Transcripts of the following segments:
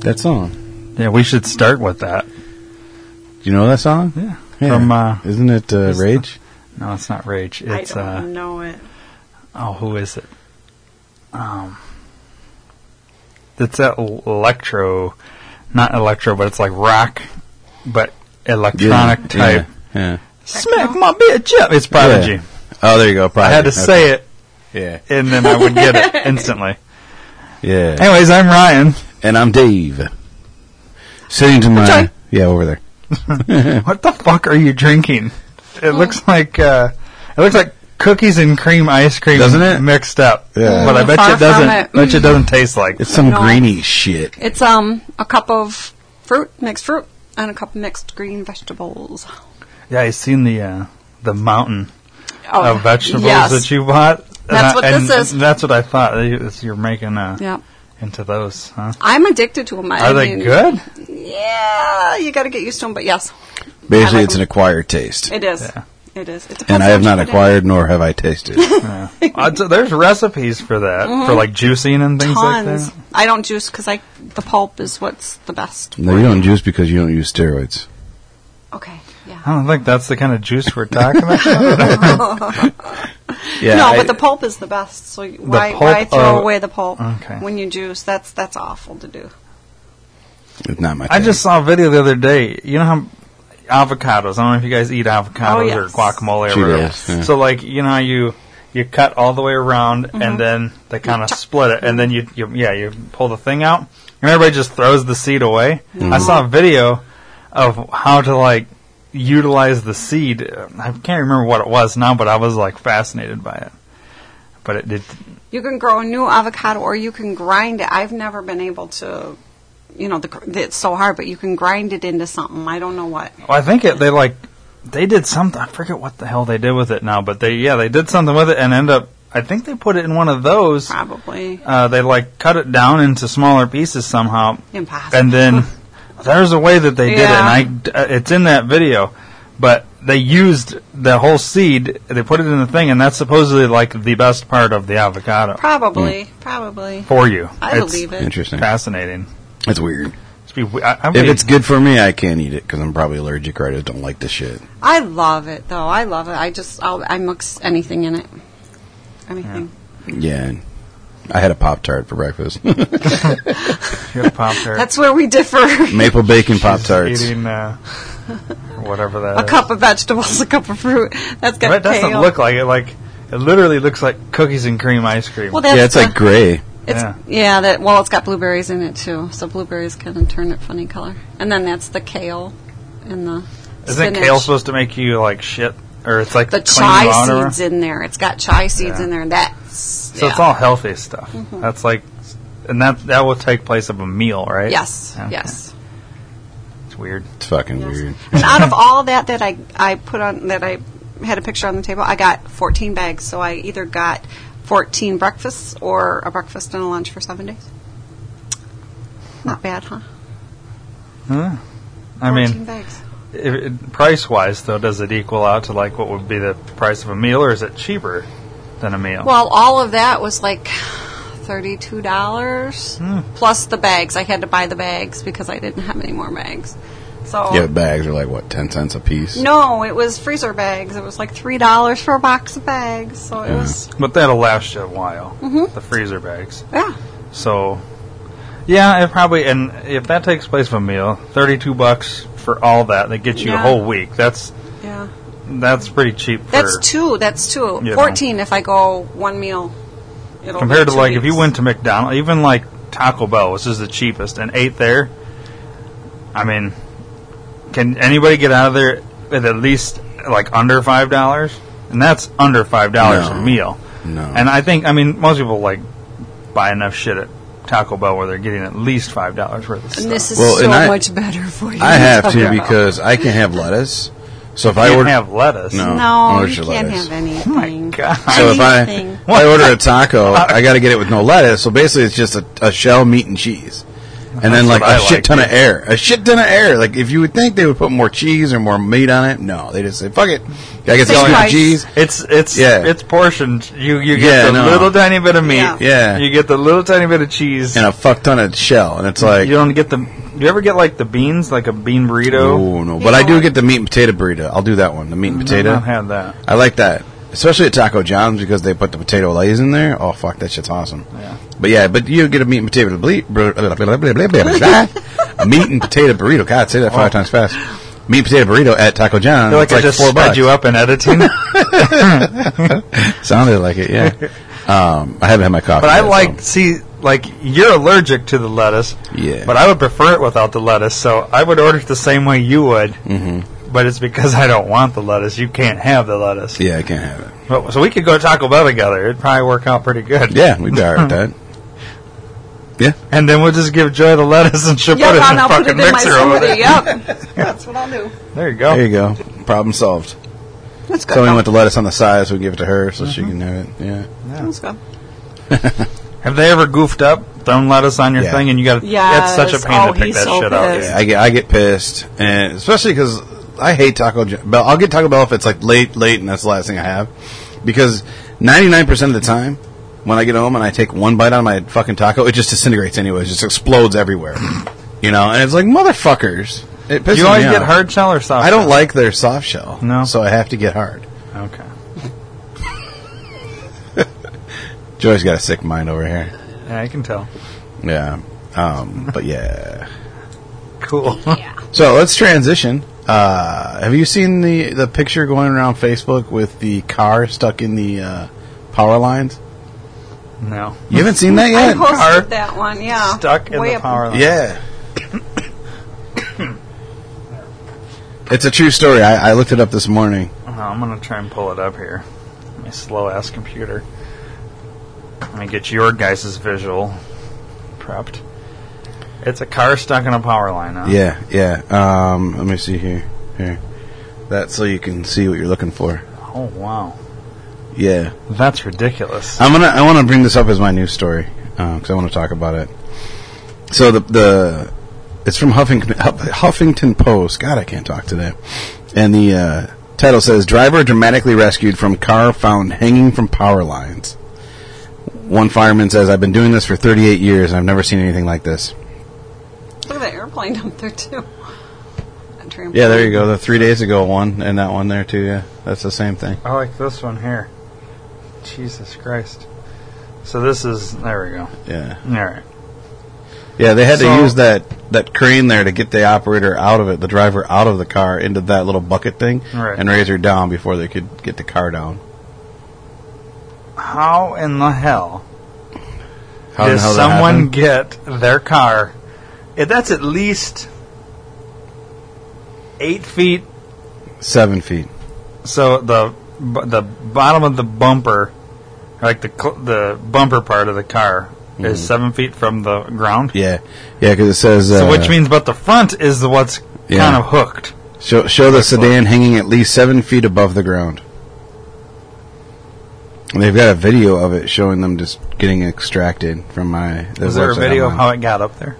That song. Yeah, we should start with that. Do you know that song? Yeah. From uh, Isn't it uh, it's Rage? no, it's not Rage. It's I don't uh know it. oh, who is it? Um, it's that l- electro, not electro, but it's like rock, but electronic Yeah, type. Yeah. yeah. Smack my bitch up. It's Prodigy. Yeah. Oh, there you go. I Prodigy. had to say it, Yeah. and then I would get it instantly. Yeah. Anyways, I'm Ryan. And I'm Dave. Sitting to my. Johnny. Yeah, over there. What the fuck are you drinking? It Oh. looks like uh, it looks like cookies and cream ice cream, Doesn't it? Mixed up, Yeah. but I bet Far you it from doesn't. it. Bet you it doesn't taste like. It's some No. greeny shit. It's um a cup of fruit, mixed fruit, and a cup of mixed green vegetables. Yeah, I seen the uh, the mountain Oh, of vegetables yes. that you bought. And That's I- what and this is. That's what I thought. that you- is You're making uh, Yeah, into those, huh? I'm addicted to them. I Are they mean, good? Yeah, you got to get used to them. But yes, Basically, like it's an them. acquired taste. it is. Yeah. It is. It and depends I how have much not you put in. acquired nor have I tasted. Yeah. Uh, so there's recipes for that, for like juicing and things Mm-hmm. tons. like that. I don't juice because I the pulp is what's the best. no, you don't juice because you don't use steroids. Okay. Yeah. I don't think that's the kind of juice we're talking about. Yeah. no, I- but the pulp is the best. So you- why, pulp why throw of- away the pulp Okay. when you juice? That's that's awful to do. it's not my. I thing. just saw a video the other day. You know how avocados? I don't know if you guys eat avocados Oh, yes. or guacamole She or whatever. does, yeah. So like you know how you you cut all the way around Mm-hmm. and then they kind of split it and then you, you yeah you pull the thing out and everybody just throws the seed away. Mm-hmm. I saw a video of how to like utilize the seed. I can't remember what it was now, but I was like fascinated by it. But it did. You can grow a new avocado, or you can grind it. I've never been able to. You know, the, gr- it's so hard, but you can grind it into something. I don't know what. Well, I think it, they like they did something. I forget what the hell they did with it now, but they yeah they did something with it and end up. I think they put it in one of those. Probably Uh, they like cut it down into smaller pieces somehow, impossible. and then there's a way that they Yeah. did it. And I uh, it's in that video, but they used the whole seed. They put it in the thing, and that's supposedly like the best part of the avocado probably, probably. for you. I it's believe it. interesting. Fascinating. It's weird. It's be, I, I If it's good for me, I can't eat it because I'm probably allergic or I just don't like the shit. I love it though. I love it. I just I'll, I mix anything in it. Anything. Yeah. and I had a Pop Tart for breakfast. good pop tart, That's where we differ. a Maple bacon Pop She's Tarts. eating uh, whatever that is. cup of vegetables, a cup of fruit. That's got But it doesn't kale. look like it. Like it literally looks like cookies and cream ice cream. Well, that's Yeah, it's the- like gray. It's Yeah. yeah. that well, it's got blueberries in it too, so blueberries kind of turn it funny color. And then that's the kale and the Isn't spinach. kale supposed to make you like shit, or it's like the clean you out or- chai seeds in there. It's got chai seeds Yeah. in there. and That's So it's all healthy stuff. Mm-hmm. That's like, and that that will take place of a meal, right? yes, Okay. yes. It's weird. It's fucking Yes. weird. And out of all that that I I put on that I had a picture on the table, I got 14 bags. So I either got 14 breakfasts or a breakfast and a lunch for seven days. Not bad, huh? Huh? I 14 mean, bags. if it, price-wise, though, does it equal out to like what would be the price of a meal, or is it cheaper than a meal? Well, all of that was like thirty-two dollars Hmm. plus the bags. I had to buy the bags because I didn't have any more bags. So Yeah, bags are like, what, 10 cents a piece? Oh. no, it was freezer bags. It was like three dollars for a box of bags. So it was but that'll last you a while. Mm-hmm. The freezer bags. yeah. So, yeah, it probably and if that takes place of a meal, thirty-two bucks for all that that gets you a Yeah. whole week. That's Yeah, that's pretty cheap. For, that's two. That's two. You know. Fourteen if I go one meal. It'll compared to be two like if you weeks. went to McDonald's, even like Taco Bell, which is the cheapest, and ate there. I mean, can anybody get out of there at at least like under five dollars? And that's under five dollars No. a meal. No. And I think I mean most people like buy enough shit at Taco Bell where they're getting at least five dollars worth of stuff. And this is Well, so and I- much better for you. I have to Taco Bell. because I can have lettuce. So if I can't order. have lettuce. No. no, Where's you your can't lettuce? have anything. Oh My God. So if I, Anything. if I order a taco, I got to get it with no lettuce. So basically, it's just a, a shell, meat, and cheese. and then That's like what I a shit like, ton of air, a shit ton of air. Like if you would think they would put more cheese or more meat on it, no, they just say fuck it. I guess Same it's price. cheese. It's it's Yeah. it's portioned. You you get Yeah, the no. little tiny bit of meat. Yeah. Yeah. You get the little tiny bit of cheese. and a fuck ton of shell, and it's like you don't get the. You ever get like the beans, like a bean burrito? oh no. But I do get the meat and potato burrito. I'll do that one, the meat and I've potato. Uh, not had that. I like that, especially at Taco John's because they put the potato lays in there. Oh fuck, that shit's awesome. Yeah. But yeah, but you get a meat and potato ble- blah, blah, blah, blah, blah, blah, blah, blah. a meat and potato burrito. God, say that five times fast. Meat and potato burrito at Taco I John's. feel Oh. like it's I like just four sped bucks. you up in editing, but Sounded like it, yeah. um, I haven't had my coffee. I yet, so- like see like you're allergic to the lettuce. Yeah. But I would prefer it without the lettuce, so I would order it the same way you would. Mm-hmm. But it's because I don't want the lettuce. You can't have the lettuce. Yeah, I can't have it. But- So we could go to Taco Bell together. It'd probably work out pretty good. Yeah, we'd be all right with that. And then we'll just give Joy the lettuce and she'll Yep, put it in and the I'll fucking put it in my mixer over smoothie. there. Yep, that's what I'll do. There you go. There you go. Problem solved. Let's go. So we went the lettuce on the side, so we give it to her, so Mm-hmm. she can have it. Yeah. Let's go. Have they ever goofed up, thrown lettuce on your Yeah. thing thing, and you got to? Yes. It's such a pain Oh, to pick he's that so shit out. pissed. I get I get pissed, and especially because I hate Taco Jo- Bell. I'll get Taco Bell if it's like late, late, and that's the last thing I have, because ninety nine percent of the time. When I get home and I take one bite out of my fucking taco, it just disintegrates anyways. It just explodes everywhere. You know? And it's like, motherfuckers. It pisses Do you always me get off. hard shell or soft? I don't like their soft shell. No. So I have to get hard. shell? Okay. Joy's got a sick mind over here. Yeah, I can tell. Yeah. Um, but yeah. Cool. So let's transition. Uh, have you seen the, the picture going around Facebook with the car stuck in the uh, power lines? no. You haven't seen that I yet? Uh, posted Car that one. Yeah, Stuck in Way the up- power line. yeah. it's a true story. I, I looked it up this morning. Oh, I'm gonna try and pull it up here. My slow ass computer. Let me get your guys' visual prepped. It's a car stuck in a power line. Huh? Yeah, yeah. Um, let me see here. Here. That's so you can see what you're looking for. Oh wow. Yeah. That's ridiculous. I'm gonna. I want to bring this up as my news story because I want to talk about it. So the the it's from Huffington, Huffington Post. God, I can't talk today. And the uh, title says: "Driver dramatically rescued from car found hanging from power lines." One fireman says, "I've been doing this for 38 years, and I've never seen anything like this." Look at that airplane down there too. That trampoline. Yeah, there you go. The three days ago one and that one there too. Yeah, that's the same thing. I like this one here. Jesus Christ. So this is there we go. Yeah, All right. yeah. They had So- to use that that crane there to get the operator out of it, the driver out of the car into that little bucket thing. Right. and raise her down before they could get the car down. How in the hell How did the hell that someone happened? get their car? If that's at least eight feet. seven feet? So the b- the bottom of the bumper, like the cl- the bumper part of the car, Mm-hmm. is seven feet from the ground. Yeah, yeah, because it says uh, So which means, but the front is the what's Yeah. kind of hooked. show, show the sedan hanging at least seven feet above the ground. And they've got a video of it showing them just getting extracted from my. the Is there a website video of online. how it got up there?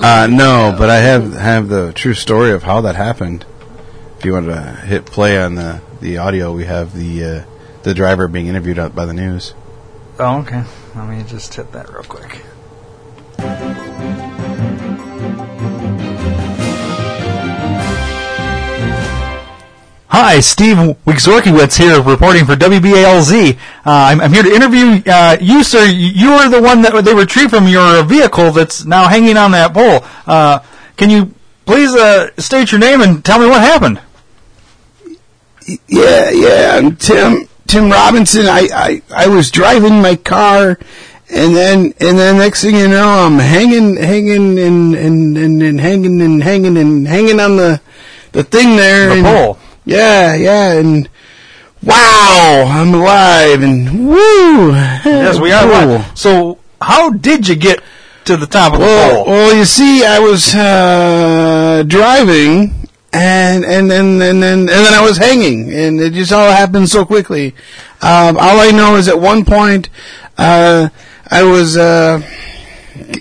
Uh, no, but I have have the true story of how that happened. If you want to hit play on the, the audio, we have the uh, the driver being interviewed out by the news. Oh, okay. Let me just hit that real quick. Hi, Steve Wigzorkiewicz here, reporting for WBALZ. Uh, I'm, I'm here to interview uh, you, sir. You were the one that they retrieved from your vehicle that's now hanging on that pole. Uh, can you please uh, state your name and tell me what happened? Yeah, yeah. I'm Tim Tim Robinson. I, I, I was driving my car, and then and then next thing you know, I'm hanging, hanging, and and and, and hanging and hanging and hanging on the the thing there. The and- pole. Yeah, yeah, and wow, I'm alive, and woo. Yes, we are. live. So, how did you get to the top of the Well, pole? well, you see, I was uh, driving, and and then and then and then I was hanging, and it just all happened so quickly. Um, all I know is at one point, uh, I was uh,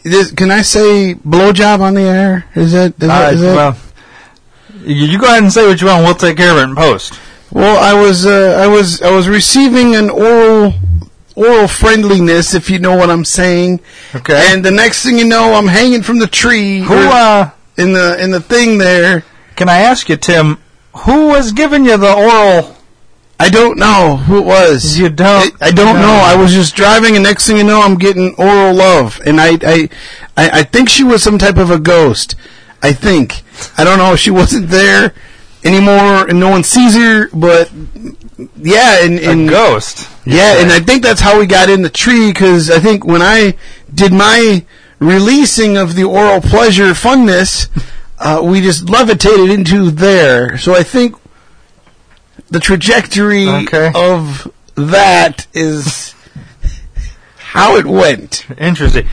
This, can I say blowjob on the air? Is that is that, Alright, is that Uh, well, you you go ahead and say what you want. We'll take care of it in post. Well, I was uh, I was I was receiving an oral oral friendliness, if you know what I'm saying. Okay. And the next thing you know, I'm hanging from the tree Who or uh, in the in the thing there. can I ask you, Tim? Who was giving you the oral? I don't know who it was. You don't I, I don't know. know. I was just driving, and next thing you know, I'm getting oral love, and I I I, I think she was some type of a ghost. I think I don't know. She wasn't there anymore, and no one sees her. But yeah, and, and ghost. Yeah, and I think that's how we got in the tree because I think when I did my releasing of the oral pleasure funness, uh, we just levitated into there. So I think the trajectory Okay. of that is how it went. Interesting.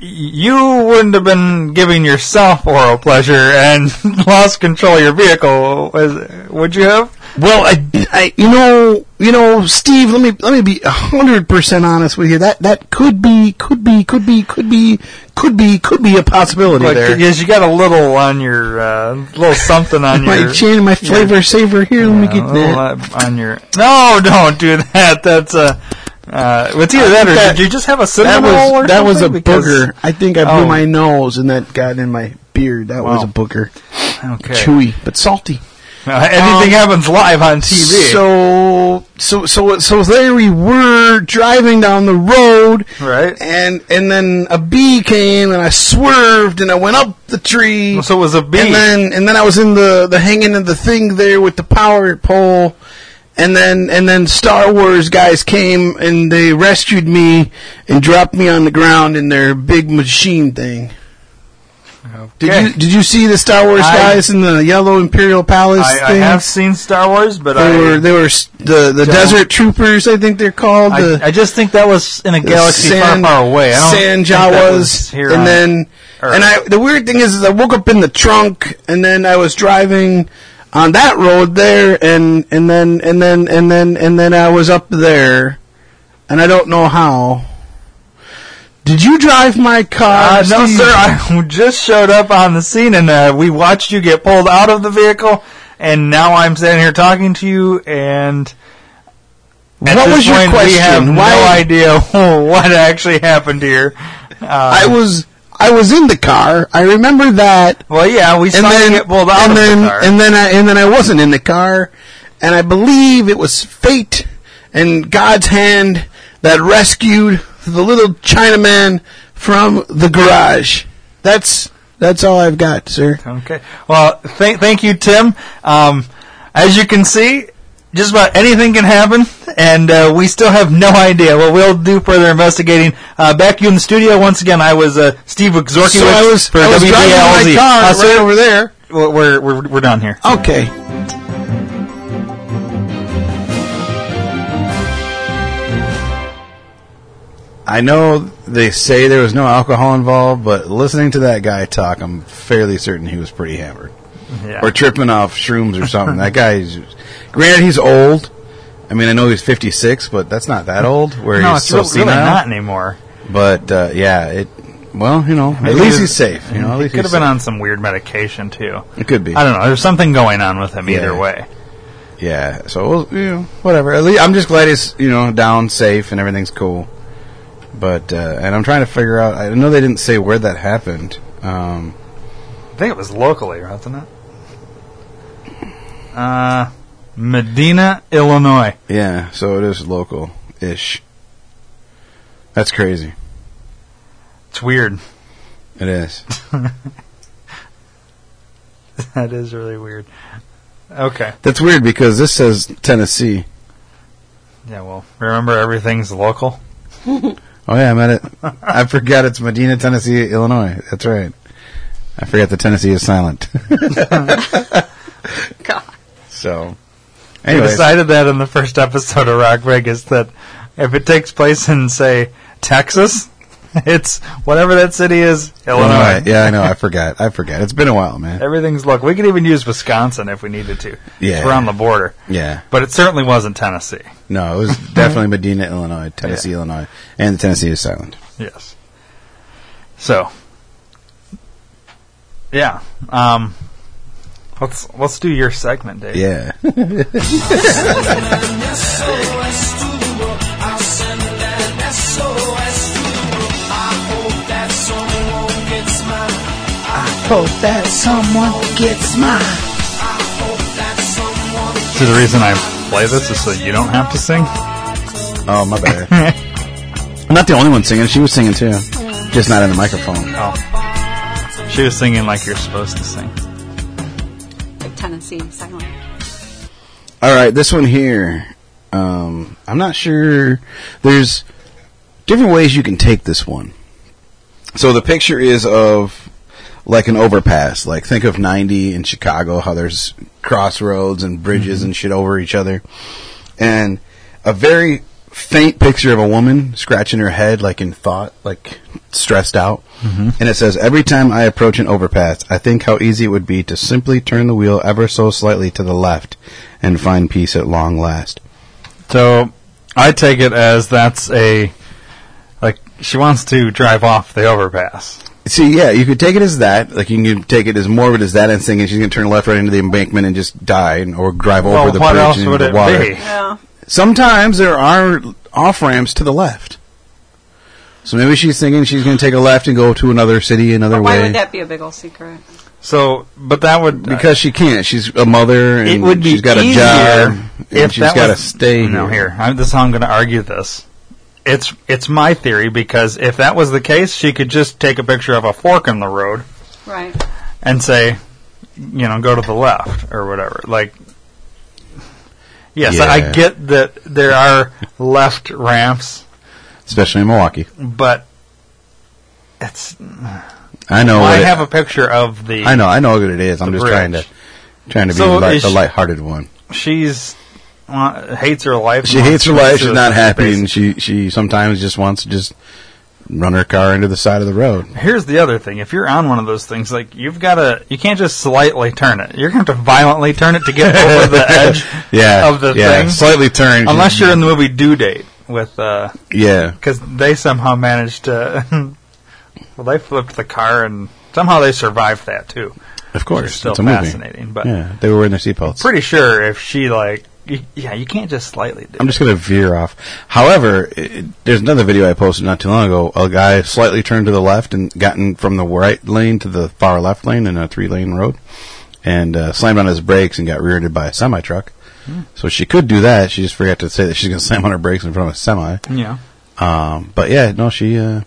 You wouldn't have been giving yourself oral pleasure and lost control of your vehicle, was- would you have? Well, I, I, you know, you know, Steve. Let me let me be hundred percent honest with you. That that could be, could be, could be, could be, could be, could be a possibility Like, there. yes, you got a little on your uh, little something on my your chin, my flavor saver. Here, let me a get little, that. uh, on your. No, don't do that. That's a. Uh, it's either that or that- did you just have a That cinnamon roll was or that was a something? Because- booger. I think I blew Oh. my nose and that got in my beard. That was Wow. a booger, Okay. chewy but salty. Uh, anything happens live on TV. Um, So so so so there we were driving down the road, Right. And and then a bee came and I swerved and I went up the tree. so it was a bee. And then and then I was in the the hanging of the thing there with the power pole. And then and then Star Wars guys came and they rescued me and dropped me on the ground in their big machine thing. Did Okay. you did you see the Star Wars I- guys in the yellow Imperial Palace I, I thing? have seen Star Wars, but they I were they were s- the the desert troopers I think they're called the I, I just think that was in a the galaxy San- far, far away. I don't San think that was Jawas, here and on- then Earth. and I. The weird thing is, is I woke up in the trunk, and then I was driving on that road there, and and then and then and then and then I was up there, and I don't know how. Did you drive my car? Uh, no, Steve? sir. I just showed up on the scene, and uh, we watched you get pulled out of the vehicle, and now I'm sitting here talking to you. And at What this was your point, We question? have no Why- idea what actually happened here. Uh, I was I was in the car. I remember that. well, yeah, we and saw you then, get pulled out and of then, the car. and then, I, and then I wasn't in the car, and I believe it was fate and God's hand that rescued the little Chinaman from the garage. That's that's all I've got, sir. Okay. Well, thank thank you, Tim. Um, as you can see, just about anything can happen, and uh, we still have no idea. Well, we'll do further investigating. Uh, back you in the studio once again. I was uh, Steve Zorkiewicz So I was, for I was driving WBLZ. my car Uh, right sir, over there. we're, we're we're done here. Okay. I know they say there was no alcohol involved, but listening to that guy talk, I'm fairly certain he was pretty hammered Yeah. or tripping off shrooms or something. that guy's granted he's old. I mean, I know he's 56, but that's not that old. Where no, he's it's so really, really senile. not anymore. But uh, yeah, it. Well, you know, at Maybe least it- he's safe. You know, at he least could he's have been safe. on some weird medication too. It could be. I don't know. There's something going on with him either Yeah. way. Yeah, so you know, whatever. At least I'm just glad he's you know down safe and everything's cool. But uh, and I'm trying to figure out. I know they didn't say where that happened. Um, I think it was locally, wasn't it? Uh, Medina, Illinois. yeah, so it is local ish. That's crazy. It's weird. It is. That is really weird. Okay. That's weird because this says Tennessee. Yeah, well, remember everything's local? Oh yeah, I'm at it. I forgot it's Medina, Tennessee, Illinois. That's right. I forgot the Tennessee is silent. God. So, We anyway, decided that in the first episode of Rock Vegas that if it takes place in, say, Texas, it's whatever that city is, Illinois. Illinois. Yeah, I know. I forgot. I forgot. It's been a while, man. Everything's local. We could even use Wisconsin if we needed to. Yeah. We're on the border. Yeah. But it certainly wasn't Tennessee. No, it was definitely Medina, Illinois, Tennessee, Illinois, and the Tennessee is silent. Yes. So, yeah. Um, let's let's do your segment, Dave. Yeah. So the reason I play this is so you don't have to sing. Oh, my bad. I'm not the only one singing. She was singing too, just not in the microphone. Oh, she was singing like you're supposed to sing. Like Tennessee silent. All right, this one here. Um, I'm not sure. There's different ways you can take this one. So the picture is of like an overpass. Like think of 90 in Chicago, how there's crossroads and bridges and shit over each other. And a very faint picture of a woman scratching her head, like in thought, like stressed out. And it says, Every time I approach an overpass, I think how easy it would be to simply turn the wheel ever so slightly to the left and find peace at long last. So I take it as that's a like she wants to drive off the overpass. See, yeah, you could take it as that. Like you can take it as morbid as that and thinking she's going to turn left right into the embankment and just die, and, or drive over well, the what bridge else and would into it the water. be? Yeah. Sometimes there are off ramps to the left. So maybe she's thinking she's going to take a left and go to another city, another But why way, would that be a big old secret? So, but that would because she can't. She's a mother, and it would be she's got a easier job, if and she's that got to was- stay No, here. I'm, this is how I'm going to argue this. It's it's my theory because if that was the case, she could just take a picture of a fork in the road Right. and say, you know, go to the left or whatever. Like, yes, Yeah. I get that there are left ramps, especially in Milwaukee. but it's. I know. Well, I what it- have a picture of the. I know. I know what it is. I'm The just bridge. trying to trying to be So the, light, is the she- lighthearted one. She's uh, hates her life. She and hates her wants to life. She's not suicide, happy, basically. and she she sometimes just wants to just run her car into the side of the road. Here's the other thing: if you're on one of those things, like you've got to, you can't just slightly turn it. You're going to have to violently turn it to get over the edge Yeah, of the yeah, thing. slightly turned. Unless you're in the movie Due Date with, uh, because yeah, they somehow managed to, well, they flipped the car and somehow they survived that too. of Which is course, still it's a movie. fascinating, but yeah, they were wearing their seatbelts. pretty sure if she like, y- yeah, you can't just slightly do. I'm just going to veer off. However, it, there's another video I posted not too long ago. A guy slightly turned to the left and gotten from the right lane to the far left lane in a three lane road, and uh, slammed on his brakes and got rear-ended by a semi truck. Hmm. So she could do that. She just forgot to say that she's going to slam on her brakes in front of a semi. it. Yeah. Um, but yeah, no, she. Uh,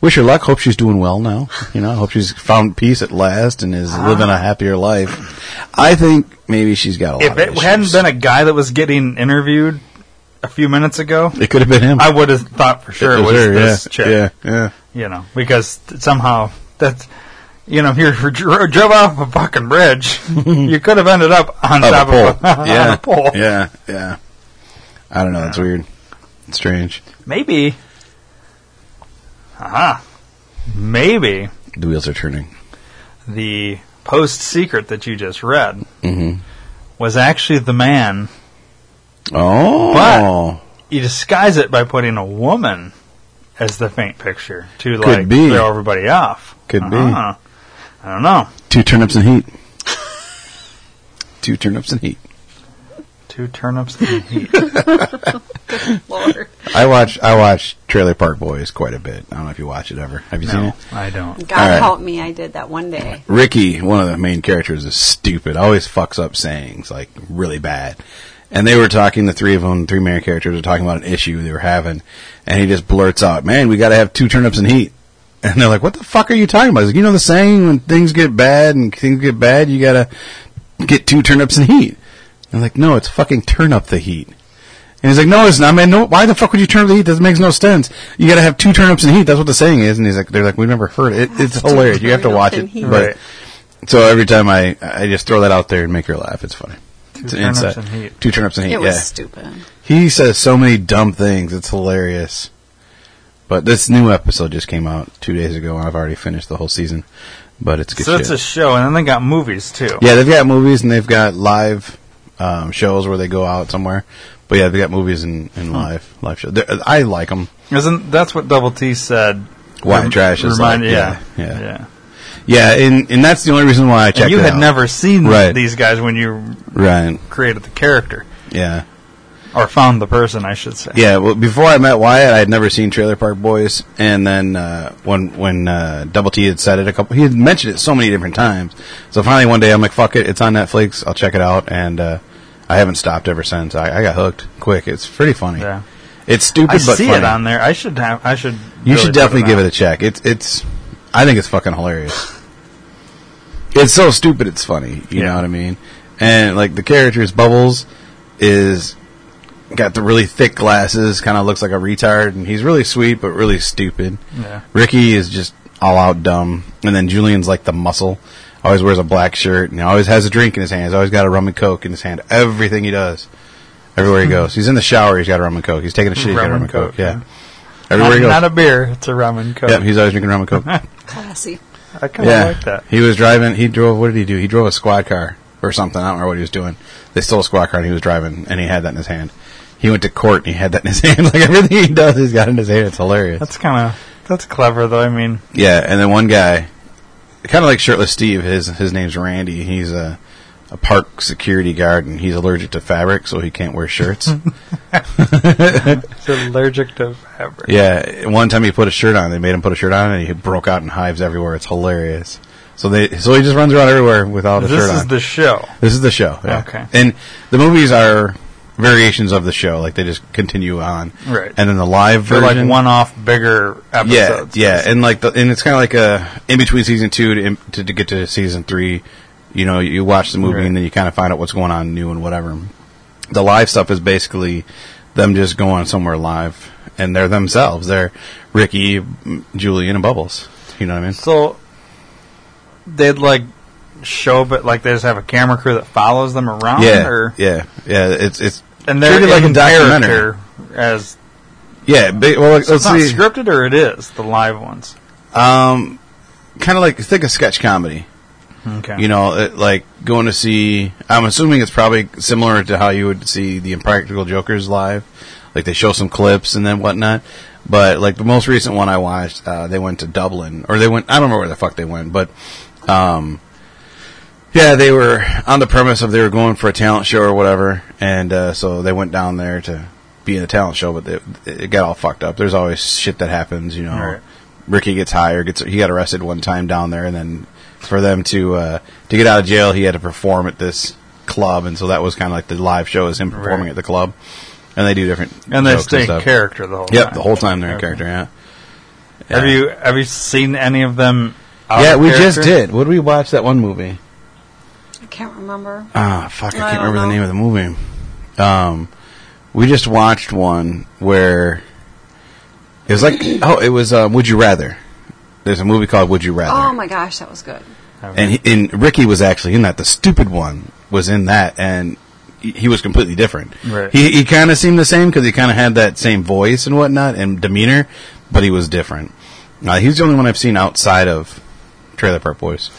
wish her luck. Hope she's doing well now. You know, hope she's found peace at last and is living a happier life. I think maybe she's got a lot. If it of issues. hadn't been a guy that was getting interviewed a few minutes ago, it could have been him. I would have thought for sure it was her, this yeah, chick. Yeah, yeah. You know, because t- somehow that's you know, if you dr- drove off a fucking bridge, you could have ended up on Of a top of pole. a, on yeah, a pole. yeah, yeah. I don't know. It's weird. It's strange. Maybe. Aha. Maybe The wheels are turning. the post secret that you just read hmm was actually the man. Oh, You disguise it by putting a woman as the faint picture to Could like be. throw everybody off. Could be. Uh-huh. I don't know. two turnips and heat. two turnips and heat. Two turnips in the heat. Lord. I watch I watch Trailer Park Boys quite a bit. I don't know if you watch it ever. Have you seen it? no, I don't. God All right. help me, I did that one day. Ricky, one of the main characters, is stupid. Always fucks up sayings like really bad. And they were talking, the three of them, the three main characters were talking about an issue they were having, and he just blurts out, "Man, we got to have two turnips in heat." And they're like, "What the fuck are you talking about?" He's like, you know the saying when things get bad and things get bad, you gotta get two turnips in heat. And I'm like, no, it's fucking turn up the heat. And he's like, no, it's not, man. No, why the fuck would you turn up the heat? That makes no sense. You got to have two turnips in heat. That's what the saying is. And he's like, they're like, we've never heard it. It's hilarious. You have to turnips watch in it. heat. But so every time I, I just throw that out there and make her laugh. It's funny. It's an turnips insight. in heat. Two turnips in heat. It yeah. was stupid. He says so many dumb things. It's hilarious. But this new episode just came out two days ago, and I've already finished the whole season. But it's good So shit. it's a show, and then they got movies too. Yeah, they've got movies and they've got live um, shows where they go out somewhere. But Hmm. yeah, they've got movies and, and live live shows. They're, I like them. Isn't that's what Double T said? White Rem- trash is remind- like, yeah, yeah, yeah, yeah, and and that's the only reason why I checked. And you it had out. never seen Right. these guys when you right, created the character yeah, or found the person, I should say. yeah. Well, before I met Wyatt, I had never seen Trailer Park Boys, and then uh, when when uh, Double T had said it a couple, he had mentioned it so many different times. So finally, one day, I'm like, "Fuck it, it's on Netflix. I'll check it out," and uh, I haven't stopped ever since. I, I got hooked quick. It's pretty funny. Yeah. It's stupid, I but see funny. it on there. I should have. I should. You should definitely give it A- a check. It's it's. I think it's fucking hilarious. It's so stupid. It's funny. You know Yeah. what I mean? And like the character's bubbles is got the really thick glasses. Kind of looks like a retard, and he's really sweet but really stupid. Yeah. Ricky is just all out dumb, and then Julian's like the muscle. Always wears a black shirt and he always has a drink in his hand. He's always got a rum and coke in his hand. Everything he does, everywhere he goes, he's in the shower. He's got a rum and coke. He's taking a shit. He's got a rum and coke. Yeah. Everywhere not, he goes. not a beer. It's a ramen coke. Yeah, he's always drinking rum and coke. Classy. I kind of yeah, like that. he was driving. He drove. What did he do? He drove a squad car or something. I don't remember what he was doing. They stole a squad car and he was driving, and he had that in his hand. He went to court and he had that in his hand. Like everything he does, he's got in his hand. It's hilarious. That's kind of that's clever though. I mean, yeah, and then one guy, kind of like shirtless Steve. His his name's Randy. He's a a park security guard, and he's allergic to fabric, so he can't wear shirts. it's allergic to fabric. Yeah, one time he put a shirt on. They made him put a shirt on, and he broke out in hives everywhere. It's hilarious. So they, so he just runs around everywhere without a this shirt is on. the show. this is the show. yeah. Okay. And the movies are variations of the show, like they just continue on. Right. And then the live They're version, like one-off bigger yeah, episodes. yeah, and like the, and it's kind of like a in between season two to, to to get to season three. You know, you watch the movie Right. and then you kind of find out what's going on new and whatever. The live stuff is basically them just going somewhere live, and they're themselves. They're Ricky, M- Julian, and Bubbles. You know what I mean? So they'd like show, but like they just have a camera crew that follows them around. Yeah, or, yeah, yeah. It's it's and they're treated in like a documentary. character as Yeah, ba- well, like, so let's it's not see. scripted or it is the live ones. Um, kind of like think of sketch comedy. Okay, You know, it, like going to see. I'm assuming it's probably similar to how you would see the Impractical Jokers live. Like they show some clips and then whatnot. But like the most recent one I watched, uh, they went to Dublin, or they went. I don't remember where the fuck they went, but um, yeah, they were on the premise of they were going for a talent show or whatever, and uh, so they went down there to be in the talent show, but they, it got all fucked up. There's always shit that happens, you know. Right. Ricky gets hired, gets he got arrested one time down there, and then for them to uh, to get out of jail, he had to perform at this club, and so that was kind of like the live show is him performing Right. at the club, and they do different and they jokes stay in stuff. character the whole. Yep, time. the whole time they're in Okay. character. Yeah. Have Yeah. you have you seen any of them? out Yeah, of we just character? did. What did we watch that one movie? I can't remember. Ah, fuck! I I can't don't remember the know. name of the movie. Um, we just watched one where it was like, oh, it was um, Would You Rather. There's a movie called Would You Rather, Oh my gosh, that was good. and he, and Ricky was actually in that. The stupid one was in that, and he, he was completely different. Right. He he kind of seemed the same because he kind of had that same voice and whatnot and demeanor, but he was different. Uh, he's the only one I've seen outside of Trailer Park Boys.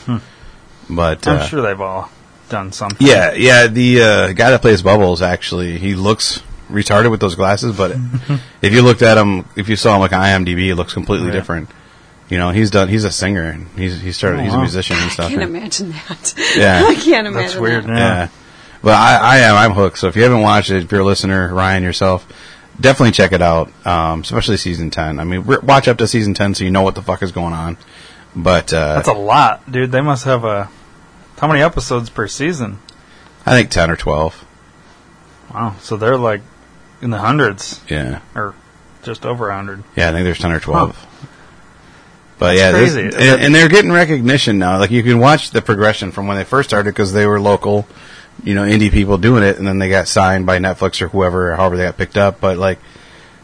But I'm uh, sure they've all done something. yeah, yeah. The uh, guy that plays Bubbles actually, he looks retarded with those glasses, but if you looked at him, if you saw him like on IMDb, he looks completely Right. different. You know, he's done. He's a singer. And he's he started. Oh, he's a wow. musician and I stuff. can't and- imagine that. Yeah. I can't imagine that's weird. that. yeah. But I, I am. I'm hooked. So if you haven't watched it, if you're a listener, Ryan yourself, definitely check it out. Um, especially season ten. I mean, re- watch up to season ten so you know what the fuck is going on. But uh, That's a lot, dude. They must have a how many episodes per season? I think ten or twelve. Wow. So they're like in the hundreds Yeah. or just over a hundred. Yeah, I think there's ten or twelve. But yeah, That's this- crazy. and, and they're getting recognition now. Like you can watch the progression from when they first started because they were local, you know, indie people doing it, and then they got signed by Netflix or whoever, or however they got picked up. But like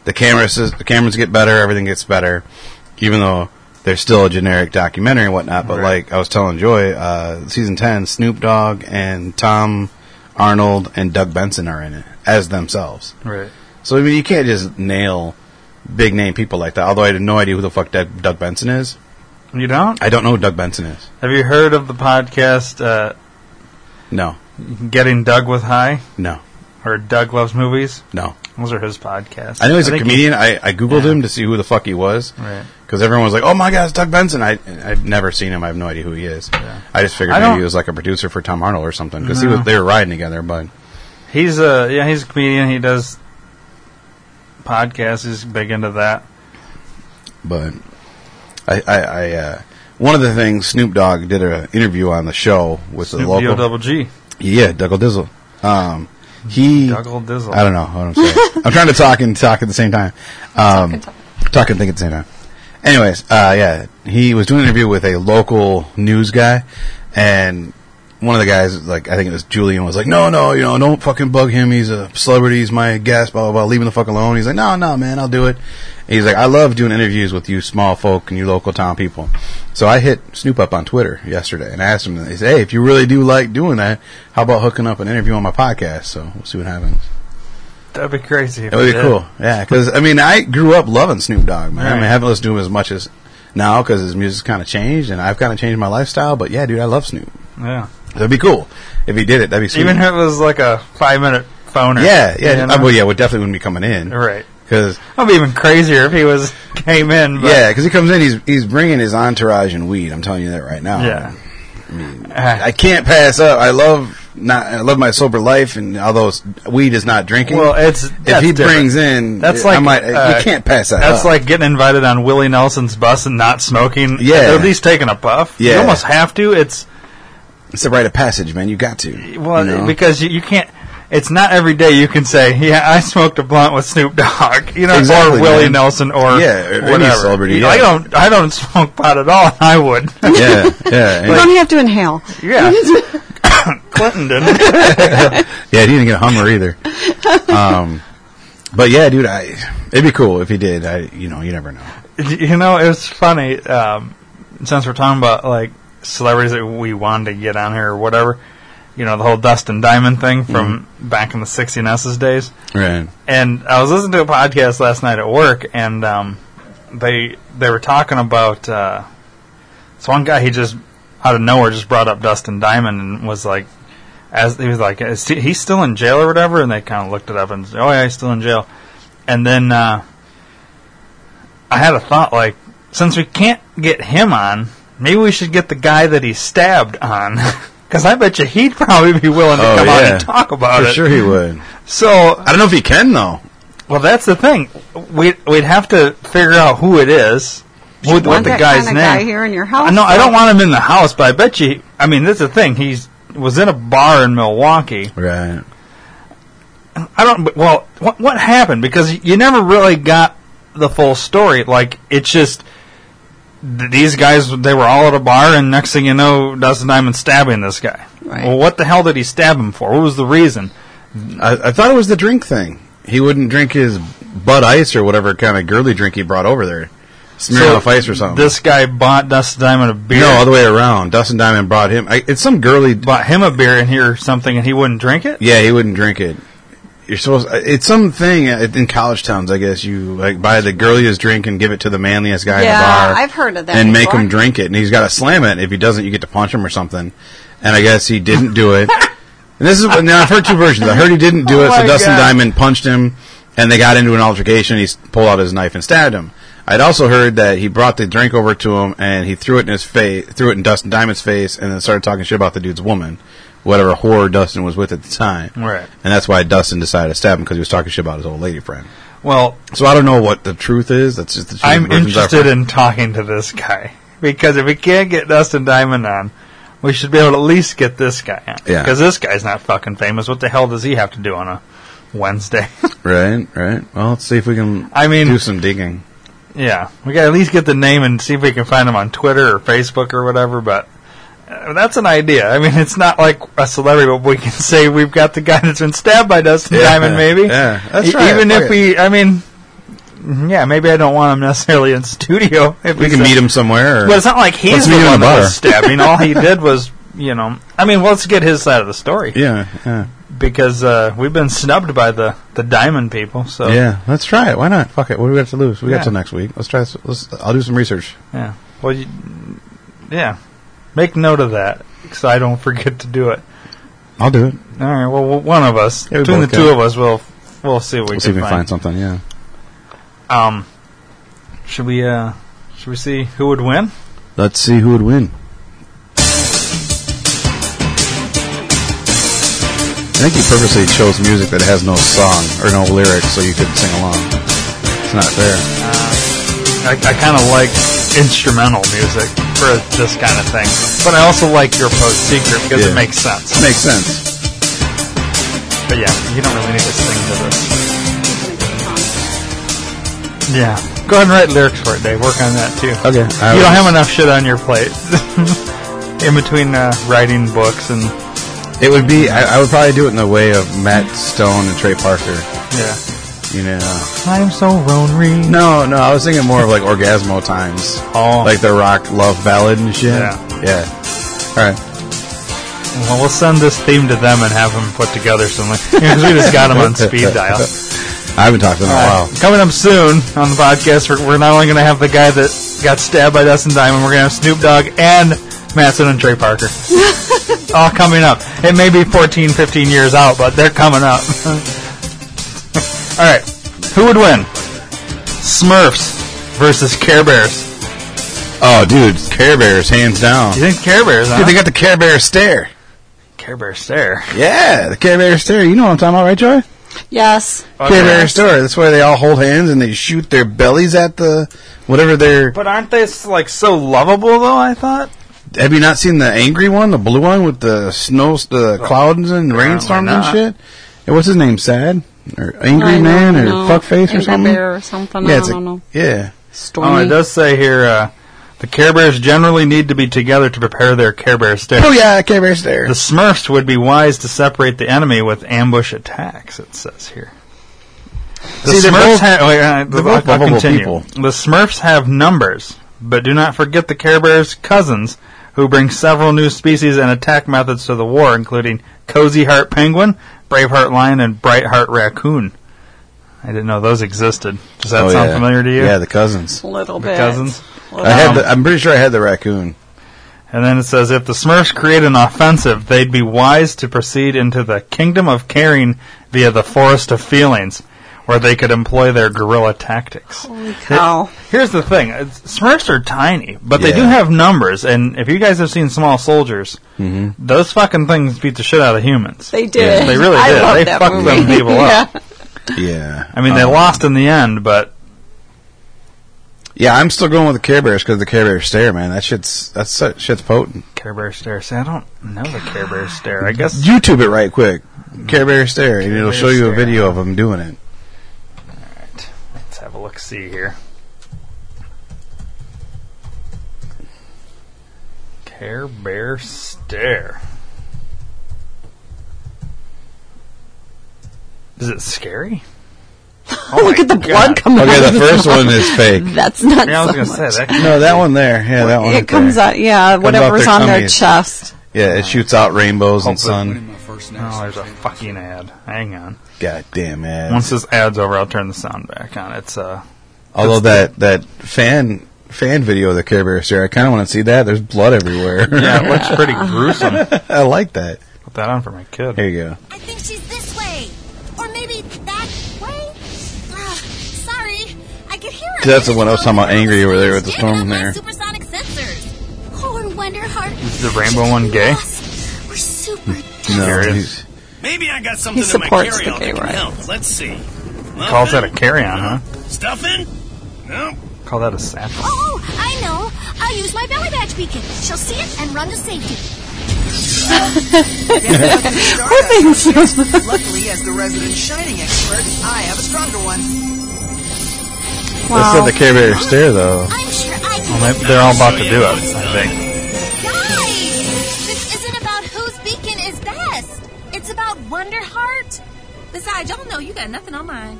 the cameras, the cameras get better, everything gets better, even though they're still a generic documentary and whatnot. But Right. like I was telling Joy, uh, season ten, Snoop Dogg and Tom Arnold and Doug Benson are in it as themselves. Right. So I mean, you can't just nail big name people like that. Although I had no idea who the fuck Doug, Doug Benson is. You don't? I don't know who Doug Benson is. Have you heard of the podcast uh, No, Getting Doug with High no, or Doug Loves Movies? no. Those are his podcasts. I know he's a think comedian. I, I googled Yeah. him to see who the fuck he was, He, right. because everyone was like, "Oh my God, it's Doug Benson!" I I've never seen him. I have no idea who he is. I just figured I maybe don't- he was like a producer for Tom Arnold or something because he was they were riding together. But He's a yeah, he's a comedian. He does podcasts. He's big into that. but I I, I uh, one of the things Snoop Dogg did an interview on the show with the Snoop local D-O double G. yeah Dougal Dizzle. Um, he Dougal Dizzle. I don't know what I'm saying. I'm trying to talk and talk at the same time. Um, talk and think at the same time. Anyways, uh, yeah, he was doing an interview with a local news guy, and one of the guys, like I think it was Julian, was like, "No, no, you know, don't fucking bug him. He's a celebrity. He's my guest. Blah blah blah. Leave him the fuck alone." He's like, "No, no, man, I'll do it." And he's like, "I love doing interviews with you small folk and you local town people." So I hit Snoop up on Twitter yesterday and asked him. He said, "Hey, if you really do like doing that, how about hooking up an interview on my podcast?" So we'll see what happens. That'd be crazy. If That would he be did. cool. Yeah, because I mean, I grew up loving Snoop Dogg, man. I mean, I Right. haven't listened to him as much as now because his music's kind of changed, and I've kind of changed my lifestyle. But yeah, dude, I love Snoop. Yeah. That'd be cool if he did it. That'd be sweet. Even if it was like a five minute phoner. yeah, yeah. You know? uh, well, yeah, we definitely wouldn't be coming in Right. because That'd be even crazier if he was came in. But yeah, because he comes in, he's he's bringing his entourage and weed. I'm telling you that right now. Yeah. Ah. I can't pass up. I love not. I love my sober life, and although s- weed is not drinking, well, it's if that's he different. brings in, That's I like, might, uh, you can't pass that. That's up. like getting invited on Willie Nelson's bus and not smoking. Yeah. At least taking a puff. Yeah. You almost have to. It's it's a rite of passage, man. You got to. well you know? because you, you can't. It's not every day you can say, "Yeah, I smoked a blunt with Snoop Dogg," you know, Exactly, or Willie man. Nelson, or Yeah, or any whatever. celebrity, You- yeah. I don't, I don't smoke pot at all. and I would. yeah, yeah. And- You don't have to inhale. yeah, Clinton didn't. yeah, he didn't get a Hummer either. Um, but yeah, dude, I it'd be cool if he did. I, you know, you never know. You know, it was funny. Um, since we're talking about like celebrities that we wanted to get on here or whatever, you know, the whole Dustin Diamond thing from Mm-hmm. back in the 60s days. Right. And I was listening to a podcast last night at work, and um, they they were talking about uh, this one guy. He just out of nowhere just brought up Dustin Diamond and was like, as he was like, is he, he's still in jail or whatever. And they kind of looked it up and said, oh yeah, he's still in jail. And then uh, I had a thought like, since we can't get him on, maybe we should get the guy that he stabbed on. Because I bet you he'd probably be willing to Oh, come on yeah. and talk about For it. sure he would. So I don't know if he can though. well, that's the thing. We'd, we'd have to figure out who it is, what, what want the that guy's kinda name. guy here in your house, I know I though. don't want him in the house, but I bet you. I mean, that's the thing. He's was in a bar in Milwaukee. Right. I don't. but- Well, what what happened? Because you never really got the full story. Like it's just th- these guys. They were all at a bar, and next thing you know, Dustin Diamond stabbing this guy. Right. Well, what the hell did he stab him for? What was the reason? I, I thought it was the drink thing. He wouldn't drink his Bud Ice or whatever kind of girly drink he brought over there. Smirnoff So Ice or something. This guy bought Dustin Diamond a beer. no, all the way around. Dustin Diamond brought him. I, it's some girly. bought him a beer in here or something and he wouldn't drink it? Yeah, he wouldn't drink it. You're supposed. It's something uh, in college towns, I guess. You like buy the girliest drink and give it to the manliest guy in Yeah, the bar. I've heard of that And make before. him drink it, and he's got to slam it. If he doesn't, you get to punch him or something. And I guess he didn't do it. and this is now I've heard two versions. I heard he didn't do Oh it, so my Dustin God. Diamond punched him, and they got into an altercation. He s- pulled out his knife and stabbed him. I'd also heard that he brought the drink over to him and he threw it in his face, threw it in Dustin Diamond's face, and then started talking shit about the dude's woman, whatever whore Dustin was with at the time. Right. And that's why Dustin decided to stab him because he was talking shit about his old lady friend. Well, So I don't know what the truth is. That's just the truth. I'm interested in talking to this guy because if we can't get Dustin Diamond on, we should be able to at least get this guy on. Yeah. Because this guy's not fucking famous. What the hell does he have to do on a Wednesday? Right, right. Well, let's see if we can I mean- do some digging. yeah, we got to at least get the name and see if we can find him on Twitter or Facebook or whatever. But uh, that's an idea. I mean, it's not like a celebrity, but we can say we've got the guy that's been stabbed by Dustin Yeah, Diamond. Maybe. yeah. Let's E- try it. Even Fuck if it. we, I mean, yeah, maybe I don't want him necessarily in studio. If We can meet him. meet him somewhere. Or, But it's not like Let's he's the meet him in one a that bar. was stabbing. All he did was, you know, I mean, well, let's get his side of the story yeah, yeah, because uh, we've been snubbed by the, the diamond people. So yeah. Let's try it. Why not? Fuck it. What do we have to lose? We Yeah. got till next week. Let's try this. Let's, I'll do some research. yeah. well, you, yeah, make note of that so I don't forget to do it. I'll do it. All right, well, w- one of us Yeah, we between the both two can. of us, we'll we'll see what we We'll see if can we can find find. something. Yeah. Um, should we uh, Should we see who would win? Let's see who would win. I think you purposely chose music that has no song or no lyrics so you could sing along. It's not fair. I, I kind of like instrumental music for this kind of thing, but I also like your post secret because Yeah. it makes sense. Makes sense. But yeah, you don't really need to sing to this. Yeah, go ahead and write lyrics for it, Dave. Work on that too. Okay. I you was- don't have enough shit on your plate in between uh, writing books and It would be. I, I would probably do it in the way of Matt Stone and Trey Parker. yeah. You know. I'm so lonely. No, no. I was thinking more of like Orgasmo times. Oh, like the rock love ballad and shit. Yeah. Yeah. All right. well, we'll send this theme to them and have them put together some because we just got them on speed dial. I haven't talked to them in a while. Coming up soon on the podcast, we're, we're not only going to have the guy that got stabbed by Dustin Diamond, we're going to have Snoop Dogg and Matson and Trey Parker. All coming up. It may be 14, 15 years out, but they're coming up. All right. Who would win? Smurfs versus Care Bears. Oh, dude, Care Bears, hands down. You think Care Bears, huh? Dude, they got the Care Bear stare. Care Bear stare. Yeah, the Care Bear stare. You know what I'm talking about, right, Joy? Yes. Oh, Care Bear stare. That's where they all hold hands and they shoot their bellies at the whatever they're. But aren't they like so lovable though? I thought. Have you not seen the angry one, the blue one with the snow, the clouds and rainstorms and Oh. not. shit? And what's his name? Sad or angry I man don't or know. fuckface or Angry something? Bear or something. Yeah, I it's don't a- know. yeah. Stormy. Oh, it does say here uh, the Care Bears generally need to be together to prepare their Care Bear stare. Oh yeah, Care Bear stare. The Smurfs would be wise to separate the enemy with ambush attacks. It says here. The See, they're Smurfs both- have. Wait, uh, they're I'll- both I'll lovable continue. people. The Smurfs have numbers, but do not forget the Care Bears' cousins, who bring several new species and attack methods to the war, including Cozy Heart Penguin, Braveheart Lion, and Bright Heart Raccoon. I didn't know those existed. Does that Oh, sound yeah. familiar to you? Yeah, the cousins. a little The bit. cousins? I had. Um, The, I'm pretty sure I had the raccoon. And then it says, if the Smurfs create an offensive, they'd be wise to proceed into the kingdom of caring via the forest of feelings, where they could employ their guerrilla tactics. Holy cow. Here's the thing: it's- Smurfs are tiny, but they do Yeah. have numbers. And if you guys have seen Small Soldiers, those fucking things beat the shit out of humans. They did. Yeah, they really I did. love They that fucked movie. them people up. Yeah. Yeah. I mean, they Um, lost in the end, but Yeah, I'm still going with the Care Bears because the Care Bear stare, man. That shit's that's that shit's potent. Care Bear stare. See, I don't know the Care Bear stare. I guess YouTube it right quick. Mm-hmm. Care Bear stare, and Care it'll Bear show you a stare. video of them doing it. Let's have a look see here. Care Bear Stare. Is it scary? Oh Look my at the blood God. coming out Okay, of the his first mouth. one is fake. That's not Yeah, I was so gonna much. say that. No, that one there. Yeah, that one. It comes out, yeah, whatever's their on their tummies. chest. Yeah, it shoots out rainbows and sun. Oh, there's a fucking ad. Hang on. God damn it! Once this ad's over, I'll turn the sound back on. It's uh, Although that that fan fan video of the Care Bear stare, I kind of want to see that. There's blood everywhere. yeah, it looks pretty gruesome. I like that. Put that on for my kid. Here you go. I think she's this way. Or maybe that way? Ah, sorry. I could hear her. That's the one I was talking about, angry over there with the Jamming up storm my there. Supersonic sensors. Oh, and Wonderheart. Is the rainbow one gay? We're super No, Here it he's- Maybe I got something He in my supports the carry-on that gay can rights. help. Let's see. Calls that Muffin? a carry-on, huh? Stuffing? No. Call that a satchel. Oh, I know. I'll use my belly badge beacon. She'll see it and run to safety. Poor things. Luckily, as the resident shining expert, I have a stronger one. That's not wow. the Care Bear stare though. I'm sure I can. Well, they- they're all about to do it, I think. Guys, this isn't about whose beacon is best. It's about Wonderheart. Besides, y'all know you got nothing on mine.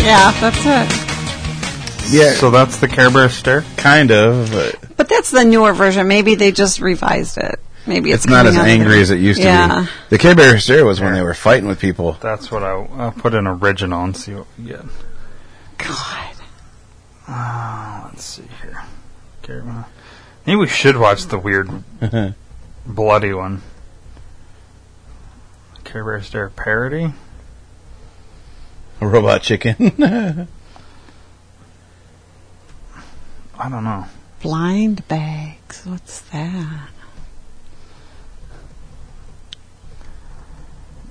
Yeah, that's it. Yeah, So that's the Care Bear stare. kind of. But But that's the newer version. Maybe they just revised it. Maybe it's, it's not as coming out angry now. as it used to yeah. be. The Care Bear stare was when they were fighting with people. That's what I, I'll put in original and see what we get. God. Oh, Let's see here. Okay, well, maybe we should watch the weird, bloody one. Care Bear Stare parody? Robot Chicken. I don't know. Blind bags. What's that?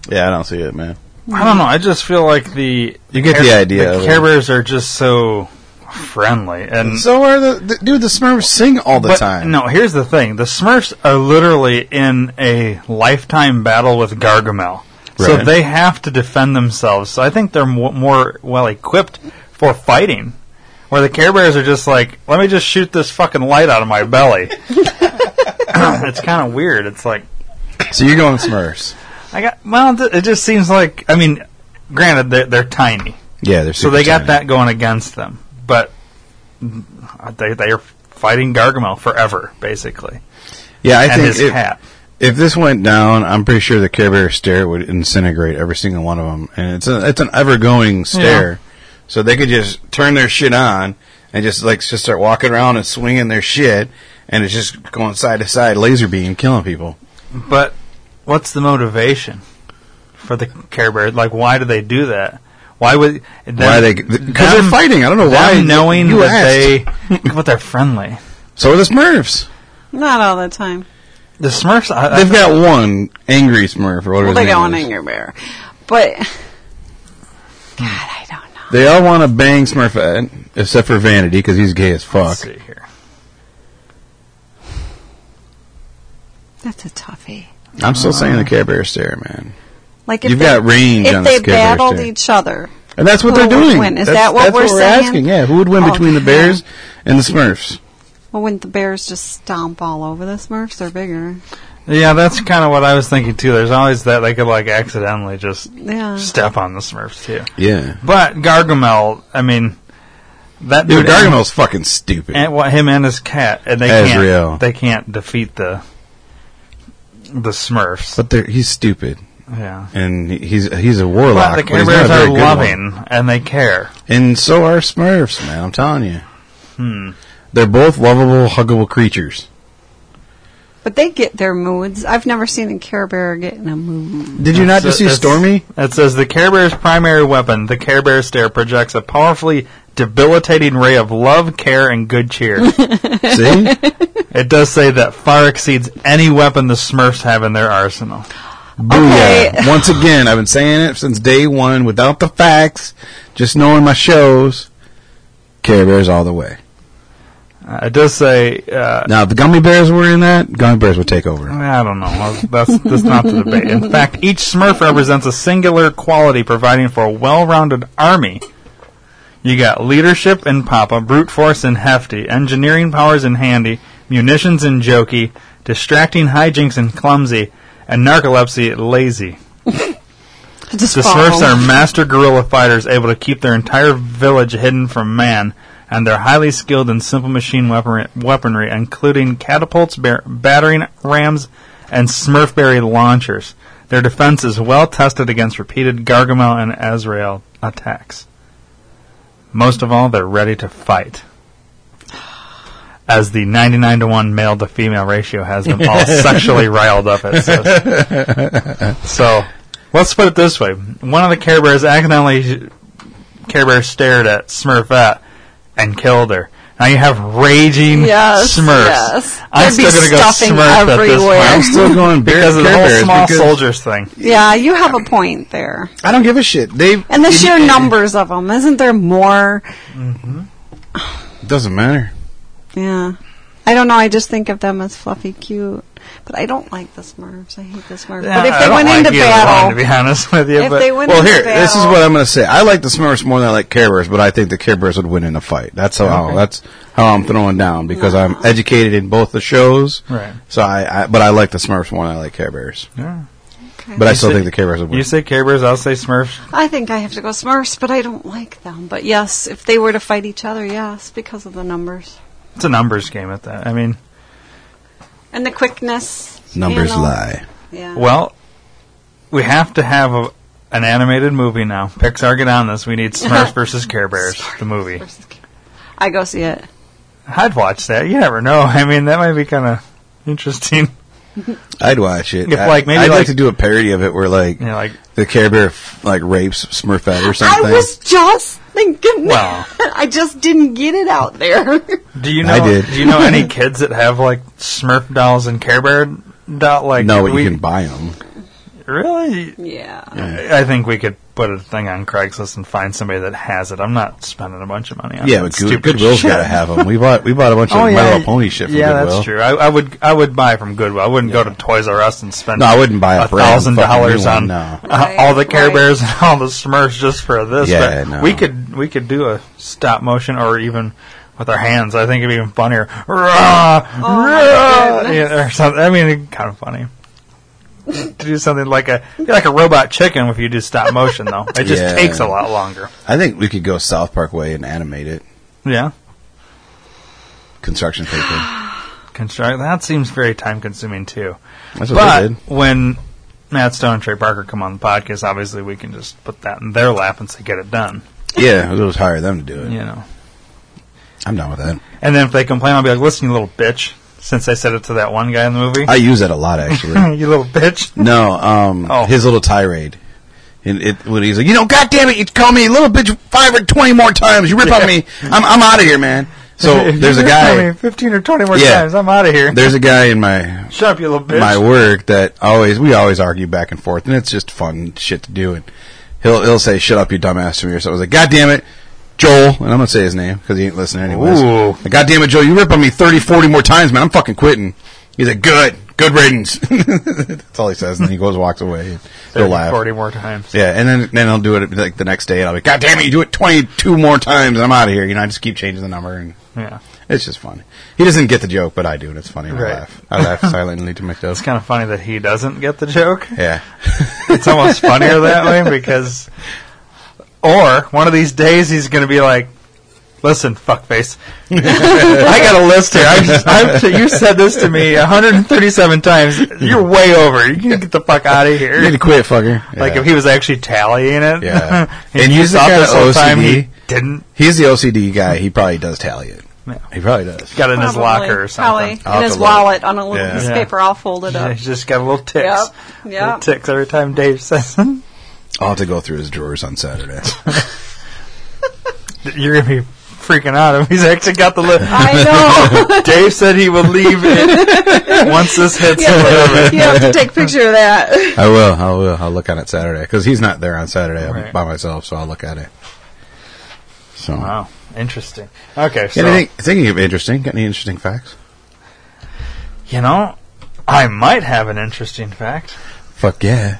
Yeah, I don't see it, man. I don't know. I just feel like the Hmm. You get the idea The of Care it. Bears are just so friendly and So are the, the dude? The Smurfs sing all the but, time. No, here's the thing: the Smurfs are literally in a lifetime battle with Gargamel, so Right. they have to defend themselves. So I think they're mo- more well equipped for fighting. Where the Care Bears are just like, let me just shoot this fucking light out of my belly. it's kind of weird. It's like So you're going Smurfs? I got well. th- It just seems like I mean, granted they're, they're tiny, Yeah, they're so they got that going against them, but mm, they they are fighting Gargamel forever, basically, Yeah, I and think his if, hat. if this went down, I'm pretty sure the Care Bear stare would disintegrate every single one of them, and it's a, it's an ever going stare. So they could just turn their shit on and just like just start walking around and swinging their shit, and it's just going side to side, laser beam, killing people. But what's the motivation for the Care Bear? Like, why do they do that? Why would them, why they? Because they're them- fighting. I don't know them why. knowing you that asked. they, but they're friendly. So are the Smurfs. Not all the time. The Smurfs, I, I, They've got one angry Smurf or whatever. Well, his they name got one is. Angry Bear. But, God, I don't know. They all want to bang Smurfette, except for Vanity because he's gay as fuck. let's see here. That's a toughie. I'm still saying the Care Bear stare, man. Like if You've they, got range If on they this Care Bear battled stare. each other, And that's what Who they're would doing. win? Is that's, that what that's we're saying? asking? Yeah, who would win Oh, between the yeah. Bears and the Smurfs? well, wouldn't the bears just stomp all over the Smurfs? They're bigger. Yeah, that's kind of what I was thinking too. There's always that they could like accidentally just Yeah. step on the Smurfs too. Yeah, But Gargamel, I mean, that dude, dude, Gargamel's fucking stupid. and, and what him and his cat, and they Azrael. can't they can't defeat the the Smurfs. but they're, he's stupid, yeah, and he- he's he's a warlock. but the but Care he's not a Bears very are good one. loving and they care. and so are Smurfs, man. I'm telling you, Hmm. they're both lovable, huggable creatures. But they get their moods. I've never seen a Care Bear get in a mood. Did you not So just see it's- Stormy? It says the Care Bear's primary weapon, the Care Bear stare, projects a powerfully debilitating ray of love, care, and good cheer. See, it does say that far exceeds any weapon the Smurfs have in their arsenal. Booyah. Okay. Once again, I've been saying it since day one without the facts, just knowing my shows. Care Bears all the way. Uh, it does say uh, Now, if the gummy bears were in that, gummy bears would take over. I don't know. That's, that's not the debate. In fact, each Smurf represents a singular quality, providing for a well-rounded army. You got leadership in Papa, brute force in Hefty, engineering powers in Handy, munitions in Jokey, distracting hijinks in Clumsy, and narcolepsy in Lazy. Just The fall. Smurfs are master guerrilla fighters, able to keep their entire village hidden from man, and they're highly skilled in simple machine weaponry, weaponry including catapults, bar- battering rams, and Smurfberry launchers. Their defense is well tested against repeated Gargamel and Azrael attacks. Most of all, they're ready to fight. As the 99 to 1 male to female ratio has them all sexually riled up, it says. So, let's put it this way. One of the Care Bears accidentally, Care Bear stared at Smurfette and killed her. Now you have raging Yes, Smurfs. yes. I'm There'd be still going to go stuffing Smurf everywhere. at I'm this point. still going bear, Because of the Care whole Bears small because soldiers thing. Yeah, you have a point there. I don't give a shit. They And the sheer numbers of them. Isn't there more? doesn't matter. Yeah. I don't know. I just think of them as fluffy cute. But I don't like the Smurfs. I hate the Smurfs. but if I they don't went like into either battle, one, to be honest with you, if but they went Well, into here, battle, this is what I'm going to say. I like the Smurfs more than I like Care Bears, but I think the Care Bears would win in a fight. That's how that's how I'm throwing down because I'm educated in both the shows. Right. So I, I but I like the Smurfs more than I like Care Bears. Yeah. But I still say- think the Care Bears would win. you say Care Bears, I'll say Smurfs. I think I have to go Smurfs. But I don't like them. But yes, if they were to fight each other, yes, because of the numbers It's a numbers game at that. I mean, and the quickness. you Numbers know. lie. Yeah. well, we have to have a, an animated movie now. Pixar, get on this. We need Smurfs versus Care Bears, the movie. Smurfs is cute. I go see it. I'd watch that. You never know. I mean, that might be kind of interesting. I'd watch it. If, I- like, maybe, I'd like, like- to do a parody of it where like You know, like the Care Bear f- like rapes Smurfette or something. I was just Thank goodness. Wow. I just didn't get it out there. Do you know? I did. Do you know any kids that have like Smurf dolls and Care Bear doll? Like no, but we you can buy them. really. yeah. I I think we could put a thing on Craigslist and find somebody that has it. I'm not spending a bunch of money on Yeah, that but Good, stupid Goodwill's shit. Oh, got to have them. We bought we bought a bunch of My Little Pony shit from yeah, Goodwill. that's true. I, I would I would buy from Goodwill. I wouldn't go to Toys R Us and spend No, I wouldn't buy a a brand thousand fucking dollars new one, on no. uh, Right, all the Care right. Bears and all the Smurfs just for this. Yeah, but no. we could we could do a stop motion or even with our hands. I think it'd be even funnier. Rah, rah, Oh, goodness. yeah, or something. I mean, it'd be kind of funny. to do something like a be like a robot chicken if you do stop motion though. It just Yeah. takes a lot longer. I think we could go South Park way and animate it. Yeah. Construction paper. Construct that seems very time consuming too. That's what they But did. when Matt Stone and Trey Parker come on the podcast, obviously we can just put that in their lap and say get it done. Yeah, it was hire them to do it. You know. I'm done with that. And then if they complain, I'll be like, "Listen, you little bitch." Since I said it to that one guy in the movie, I use that a lot actually. you little bitch. No, um, Oh. his little tirade. And it, when he's like, you know, God damn it, you call me a little bitch five or twenty more times. You rip on me. I'm, I'm out of here, man. So If there's a you tell guy. me fifteen or twenty more Yeah. times. I'm out of here. There's a guy in my Shut up, you little bitch. my work that always we always argue back and forth, and it's just fun shit to do. And he'll he'll say, "Shut up, you dumbass," to me or something. I was like, "God damn it." Joel, and I'm gonna say his name because he ain't listening anyways. Ooh. Like, God damn it, Joel, you rip on me 30, 40 more times, man. I'm fucking quitting. He's like, good, good riddance. That's all he says, and then he goes and walks away. And he'll 30, laugh. forty more times. Yeah, and then then I'll do it like the next day, and I'll be, God damn it, you do it twenty two more times, and I'm out of here. You know, I just keep changing the number, and Yeah, it's just funny. He doesn't get the joke, but I do, and it's funny. And Right. I laugh. I laugh silently to myself. it's kind of funny that he doesn't get the joke. Yeah, It's almost funnier that way because, or one of these days he's going to be like, "Listen, fuckface, I got a list here. I'm just, I'm, t- you said this to me 137 times. You're way over. You can get the fuck out of you need to here." quit, fucker. Like Yeah. if he was actually tallying it, Yeah. and, And you he's the thought kind this of whole time OCD. he didn't he's the OCD guy, he probably does tally it. Yeah. He probably does. got it in his Probably. locker or Probably. something. I'll have in his to look. wallet on a little Yeah. piece of Yeah. paper all folded Yeah, up. he's just got a little ticks. Yep. Little Yep. ticks every time Dave says, something. I'll have to go through his drawers on Saturday. "You're gonna be." Freaking out if he's actually got the list. I know. Dave said he will leave it once this hits. you, have to, you have to take a picture of that. I will. I will. I'll look at it Saturday because he's not there on Saturday. I'm Right. by myself, so I'll look at it. So, Wow, interesting. Okay, so anything? Thinking of interesting. Got any interesting facts? you know, I might have an interesting fact. Fuck yeah.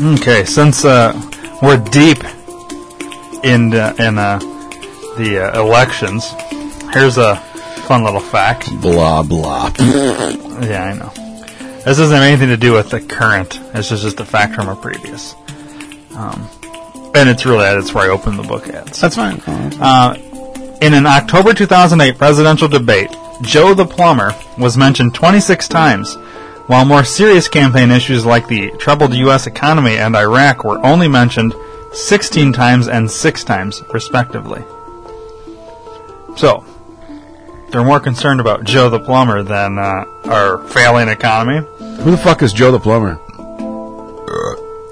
Okay, since uh, we're deep in uh, in uh, the uh, elections, here's a fun little fact. Blah blah. Yeah, I know. This doesn't have anything to do with the current. This is just a fact from a previous. Um, and it's really that's where I opened the book at. Uh, That's fine. In an October 2008 presidential debate, Joe the Plumber was mentioned 26 times, while more serious campaign issues like the troubled U.S. economy and Iraq were only mentioned 16 times and 6 times, respectively. So, they're more concerned about Joe the Plumber than uh, our failing economy. Who the fuck is Joe the plumber?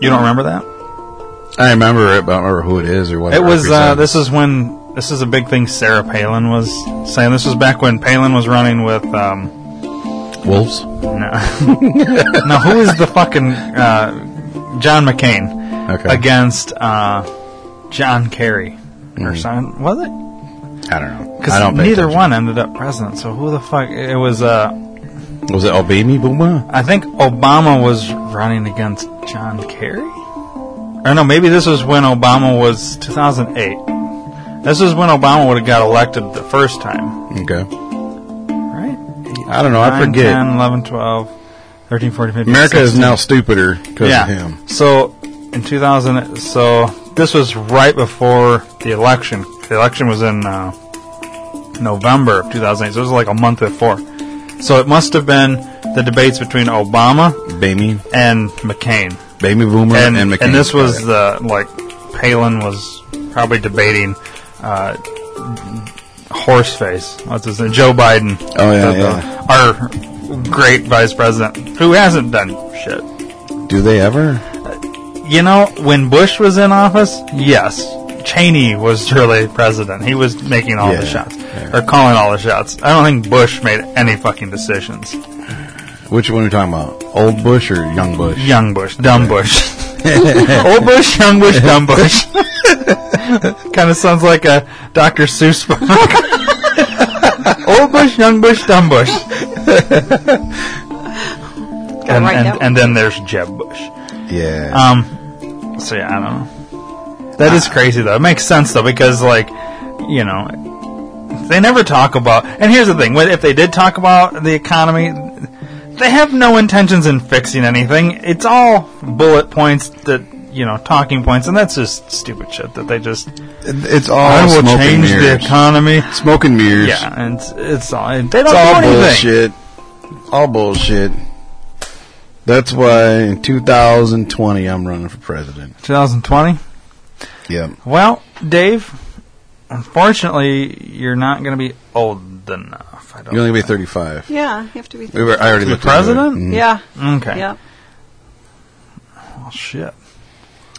You don't remember that? I remember it, but I don't remember who it is or what. It was, uh, this is when, this is a big thing Sarah Palin was saying. This was back when Palin was running with, um, wolves. No. no, who is the fucking uh, John McCain Okay. against uh, John Kerry or Mm. something? Was it? I don't know. I Because don't. pay neither attention. one ended up president. So who the fuck? It was. Uh, was it. Obami Boomer. I think Obama was running against John Kerry. Or no, maybe this was when Obama was 2008. This is when Obama would have got elected the first time, Okay. right? I don't know. I 9, forget. 10, 11, 12, 13, 14, 15, America is 16. now stupider because of him. So in 2000, so this was right before the election. The election was in uh, November of 2008, so it was like a month before. So it must have been the debates between Obama Baby, and McCain, baby boomer, and, and McCain. this was the like Palin was probably debating uh, Horseface. What's his name? Joe Biden. Oh, yeah, The- the- Our great vice president, who hasn't done shit. Do they ever? You know, when Bush was in office, yes, Cheney was really president. He was making all the Yeah, shots yeah. or calling all the shots. I don't think Bush made any fucking decisions. Which one are we talking about? Old Bush or young Bush? Young Bush, dumb Bush. Old Bush, young Bush, dumb Bush. kind of sounds like a Dr. Seuss book. Old Bush, young Bush, dumb Bush. and, write and, that and then there's Jeb Bush. Yeah. Um, so yeah, I don't know. Ah. That is crazy though. It makes sense though because like, you know, they never talk about. And here's the thing: when- if they did talk about the economy, they have no intentions in fixing anything. It's all bullet points that you know, talking points, and that's just stupid shit that they just. it's all I will smoke and change the mirrors. economy. smoke and mirrors. Yeah, and it's, it's all they don't It's do all anything. bullshit. All bullshit. That's why in 2020 I'm running for president. 2020. Yep. Well, Dave, unfortunately, you're not going to be old enough. I don't. You're only gonna be 35. Yeah. You have to be. We were, I already To be looked into it. president? Mhm. Yeah. okay. Yep. Well, shit.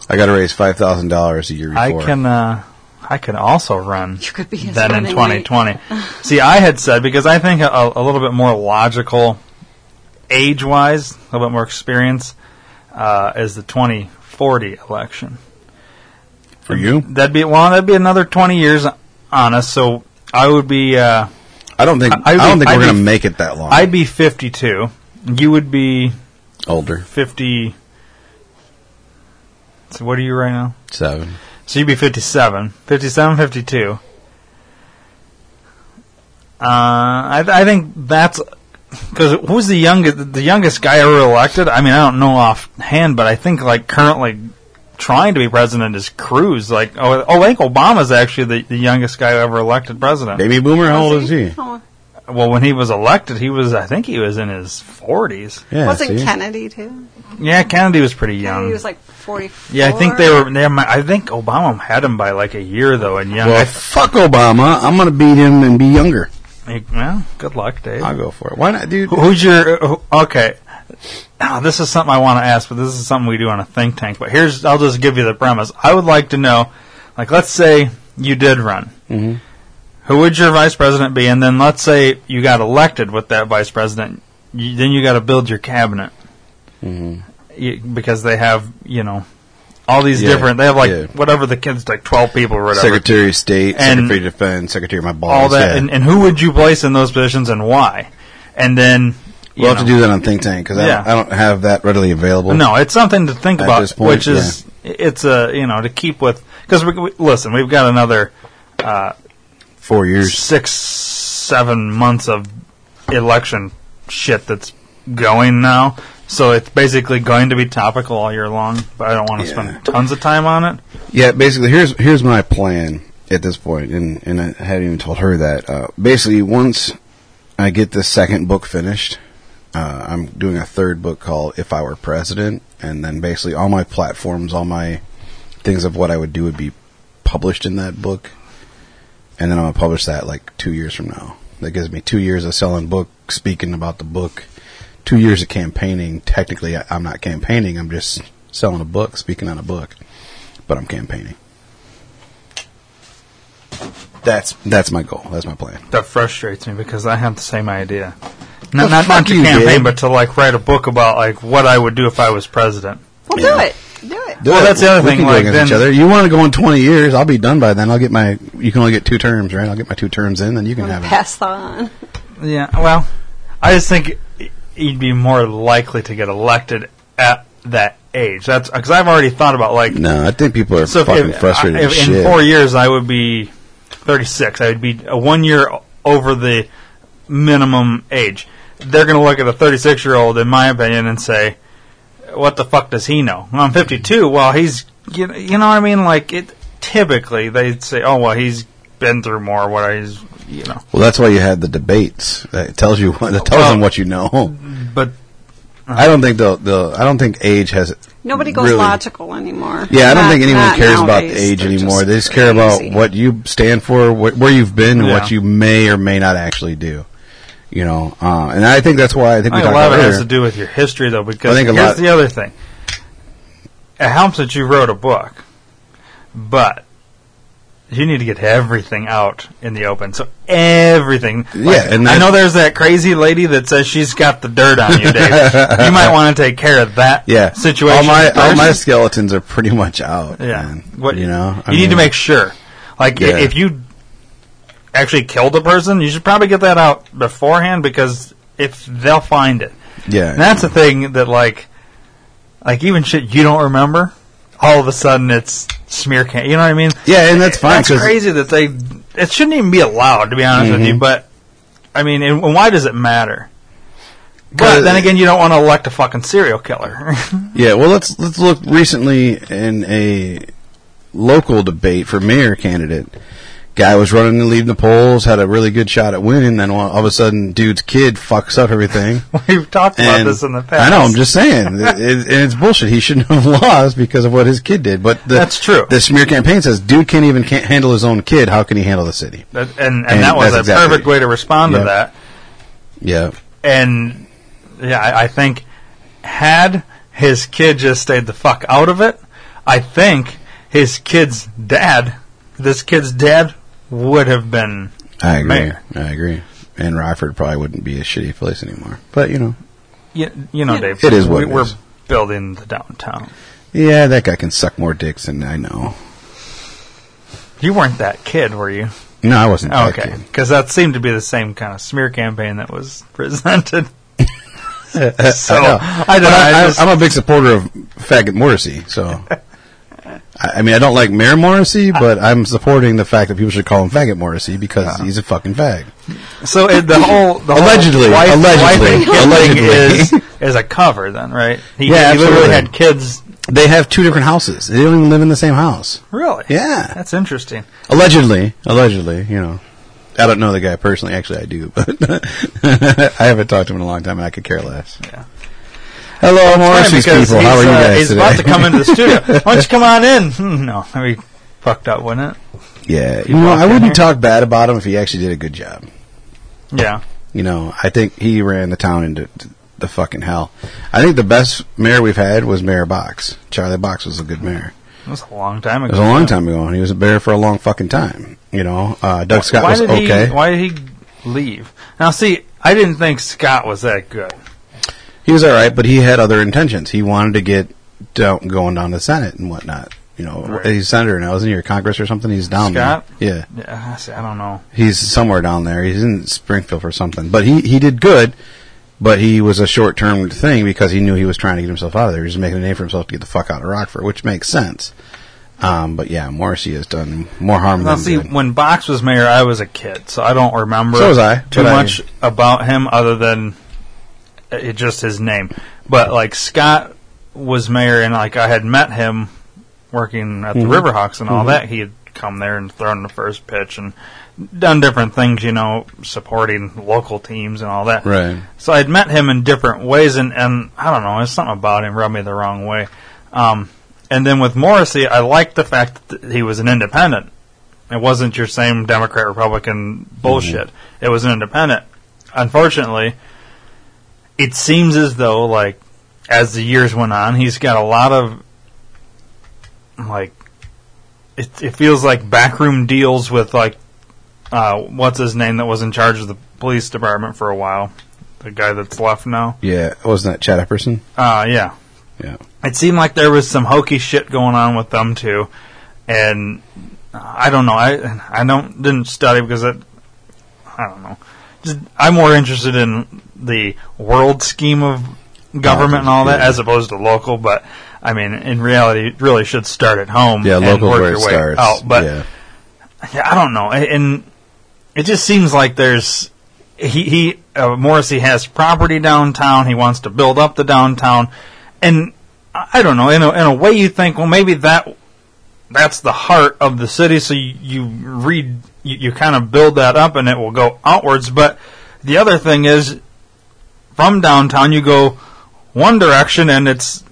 I got to raise five thousand dollars a year I before. can. Uh, I could also run. You could be his then in running 2020. See, I had said because I think a, a little bit more logical, age-wise, a little bit more experience, uh, is the 2040 election. for you. That'd be well. That'd be another 20 years on us. So I would be. Uh, I don't think. I, I- I'd don't be- think we're I'd gonna be- make it that long. I'd be 52. You would be older 50. So what are you right now? seven. So you'd be 57. 57, 52. Uh, I, I think that's because who's the youngest? The youngest guy ever elected? I mean, I don't know offhand, but I think like currently trying to be president is Cruz. Like, oh, oh I think Obama's actually the, the youngest guy ever elected president. Baby boomer, how old is he? Oh, Well, when he was elected, he was I think he was in his 40s. Yeah, wasn't see? Kennedy too? Yeah, Kennedy was pretty Kennedy young. was like 44. yeah, I think they were. They, might- I think Obama had him by like a year though, and young. Well, fuck Obama. I'm gonna beat him and be younger. Hey, Well, good luck, Dave. I'll go for it. Why not, dude? Who's your who- okay? Ah, this is something I want to ask, but this is something we do on a think tank. But here's, I'll just give you the premise. I would like to know, like, let's say you did run. Mhm. Who would your vice president be? And then let's say you got elected with that vice president. You, then you got to build your cabinet Mhm. you, because they have, you know, all these Yeah, different. They have like yeah. whatever the kids like twelve people or whatever. Secretary of State, And- Secretary of Defense, Secretary of my balls. all that, yeah. and, and who would you place in those positions and why? And then you we'll have know. to do that on Think Tank because Yeah. I, don't have that readily available. No, it's something to think At about, this point, which is it's a you know to keep with because we, we, listen, we've got another uh, four years. six, seven months of election shit that's going now. So it's basically going to be topical all year long, but I don't want to Yeah. spend tons of time on it. Yeah, basically, here's here's my plan at this point, and and I haven't even told her that. Uh, basically, once I get the second book finished, uh, I'm doing a third book called "If I Were President," and then basically all my platforms, all my things of what I would do would be published in that book, and then I'm gonna publish that like two years from now. That gives me two years of selling book, speaking about the book, two years of campaigning. Technically, I, I'm not campaigning; I'm just selling a book, speaking on a book but I'm campaigning. That's that's my goal. That's my plan. That frustrates me because I have the same idea. Not, Well, not, not fuck to you, campaign, Dave. but to like write a book about like what I would do if I was president. Well, do Yeah. it. Do it. Well, that's the other we thing, Can go like, against then- each other. You want to go in 20 years? I'll be done by then. I'll get my. You can only get two terms, right? I'll get my two terms in, then you can have it. Pass on. Yeah, well, I just think he'd be more likely to get elected at that age. That's because I've already thought about like No, I think people are so. If, fucking if- uh, frustrated. if as in shit. four years I would be thirty-six, I would be uh, one year o- over the minimum age. They're going to look at a thirty-six-year-old, in my opinion, and say, "What the fuck does he know?" Well, I'm fifty-two. Well, he's you know, you know what I mean. Like it typically they'd say, "Oh well, he's been through more. What he's you know." Uh, well, that's why you had the debates. That tells you. What, that tells Well- them what you know. But uh, I don't think they'll, they'll. I don't think age has. Nobody goes really- logical anymore. Yeah, I don't Not- think anyone not cares about the nowadays. age They're anymore. just They just care crazy. about what you stand for, what, where you've been, and what Yeah. you may or may not actually do. You know, uh, and I think that's why I think we I talked think a lot about of it has earlier. to do with your history, though, I because think a here's lot- the other thing. It helps that you wrote a book, but you need to get everything out in the open. So everything. Yeah, and I that- know there's that crazy lady that says she's got the dirt on you, Dave. you might want to take care of that yeah. situation. All my all first. my skeletons are pretty much out. Yeah. man. What you know, I you need to mean- make sure. Like i- Yeah. if you actually killed a person, you should probably get that out beforehand because if they'll find it. Yeah, And that's the thing that like like even shit you don't remember, all of a sudden it's smear can you know what I mean? yeah, and that's fine. That's 'cause- Mm-hmm. crazy that they it shouldn't even be allowed to be honest with you, but I mean and, and why does it matter? But Cause- then again, you don't want to elect a fucking serial killer. Yeah, well, let's let's look recently in a local debate for mayor candidate. Guy was running and leading the polls, had a really good shot at winning. Then all all of a sudden, dude's kid fucks up everything. We've talked about And- this in the past. I know. I'm just saying, it, it, and it's bullshit. He shouldn't have lost because of what his kid did. But the, That's true. The smear campaign says, "Dude can't even can't handle his own kid. How can he handle the city?" That- and, and, And that was that's a exactly- perfect way to respond Yeah. to that. Yeah, And yeah, I, I think had his kid just stayed the fuck out of it, I think his kid's dad, this kid's dad, would have been. I agree. Mayor. I agree. And Rockford probably wouldn't be a shitty place anymore. But you know, You, you know, Dave. It is what we, it we're is. building the downtown. yeah, that guy can suck more dicks than I know. You weren't that kid, were you? No, I wasn't. Oh, that okay, kid. because that seemed to be the same kind of smear campaign that was presented. so I know. I don't. But know, I, I I, just- I'm a big supporter of faggot Morrissey, so. I I mean, I don't like Mayor Morrissey, but I'm supporting the fact that people should call him faggot Morrissey because he's a fucking fag. So it, the whole the whole Allegedly, wife, allegedly, wife and killing allegedly. is is a cover, then, right? He, Yeah, he absolutely. literally had kids. They have two different houses. They don't even live in the same house. Really? Yeah. that's interesting. Allegedly, allegedly, you know. I don't know the guy personally. Actually, I do, but I haven't talked to him in a long time, and I could care less. Yeah. Hello, Morrissey's Because people. he's, How are you uh, guys he's today? about to come into the studio. Why don't you come on in? Hmm, no, we fucked up, wouldn't it? yeah, He you know, walked I in wouldn't here. talk bad about him if he actually did a good job. Yeah, You know, I think he ran the town into t- the fucking hell. I think the best mayor we've had was Mayor Box. Charlie Box was a good mayor. it was a long time It ago. was a long time ago, and he was a mayor for a long fucking time. You know, uh, Doug Scott why was did okay. He, why did he leave? Now, see, I didn't think Scott was that good. he was all right, but he had other intentions. He wanted to get down, going down to the Senate and whatnot. You know, Right. he's senator now, isn't he? Or Congress or something? He's down Scott? there. Yeah. Yeah, I see, I don't know. he's somewhere down there. He's in Springfield or something. But he, he did good, but he was a short term thing because he knew he was trying to get himself out of there. He was making a name for himself to get the fuck out of Rockford, which makes sense. Um, but yeah, Morrissey has done more harm Now, than see, good. when Box was mayor, I was a kid, so I don't remember So was I, too but I- much about him other than uh, it, just his name. But like Scott was mayor, and like I had met him working at the Mm-hmm. Riverhawks and all that. He had come there and thrown the first pitch and done different things, you know, supporting local teams and all that. Right. So I'd met him in different ways, and, and I don't know, there's something about him rubbed me the wrong way. Um, and then with Morrissey, I liked the fact that he was an independent. It wasn't your same Democrat Republican bullshit. It was an independent. Unfortunately, it seems as though like as the years went on, he's got a lot of like it, it feels like backroom deals with like uh, what's his name that was in charge of the police department for a while, the guy that's left now. Yeah, wasn't that Chad Epperson? Uh, yeah, Yeah. it seemed like there was some hokey shit going on with them too, and I don't know. I I don't didn't study because it, I don't know. Just, I'm more interested in the world scheme of government and all that Yeah. as opposed to local. But I mean, in reality, it really should start at home. Yeah, and local's work where it your way starts. Out, but yeah. yeah, I don't know, and- and it just seems like there's he he uh, Morrissey has property downtown. He wants to build up the downtown, and I I don't know. In a, in a way, you think, well, maybe that that's the heart of the city. So you, you read, you, you kind of build that up, and it will go outwards. But the other thing is, from downtown, you go one direction and it's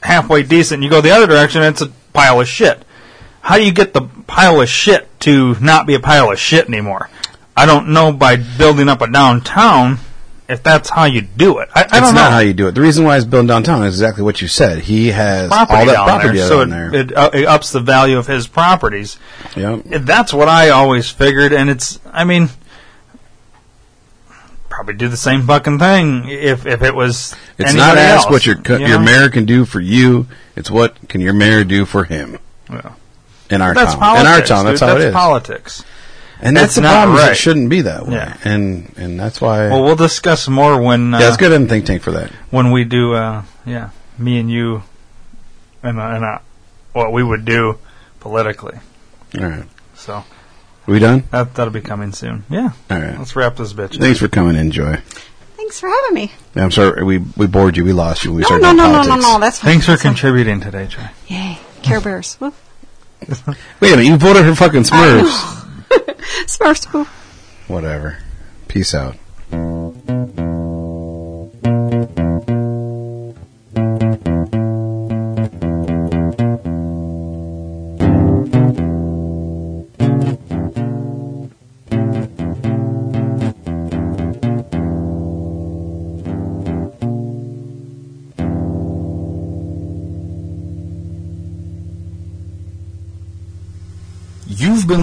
halfway decent. You go the other direction and it's a pile of shit. How do you get the pile of shit to not be a pile of shit anymore? I don't know by building up a downtown if that's how you do it. I, I That's don't know. not how you do it. The reason why it's built downtown is exactly what you said. He has all that down property down there, so it, there. It, uh, it ups the value of his properties. yep. That's what I always figured, and it's. I mean, probably do the same fucking thing if if it was. It's not anybody ask else, what your co- you your know? mayor can do for you. It's what can your mayor do for him Yeah. in our That's town. politics. in our town, dude. that's how it is. Politics. and that's It's the not problem. is It right. shouldn't be that way. Yeah. And and that's why. Well, we'll discuss more when uh, yeah, it's good in think tank for that. when we do. Uh, yeah, me and you, and uh, and uh, what we would do politically. All right, So we done. that that'll be coming soon. Yeah, All right. let's wrap this bitch. up. Thanks for coming in, Joy. Thanks for having me. Yeah, I'm sorry we we bored you. We lost you. when We No, started no, doing no, no, no, politics. no. That's fine. Thanks for That's fine. contributing today, Trey. Yay. Care Bears. Woo. Wait a minute. You voted for fucking Smurfs. Smurfs. Woo. Whatever. Peace out. You've been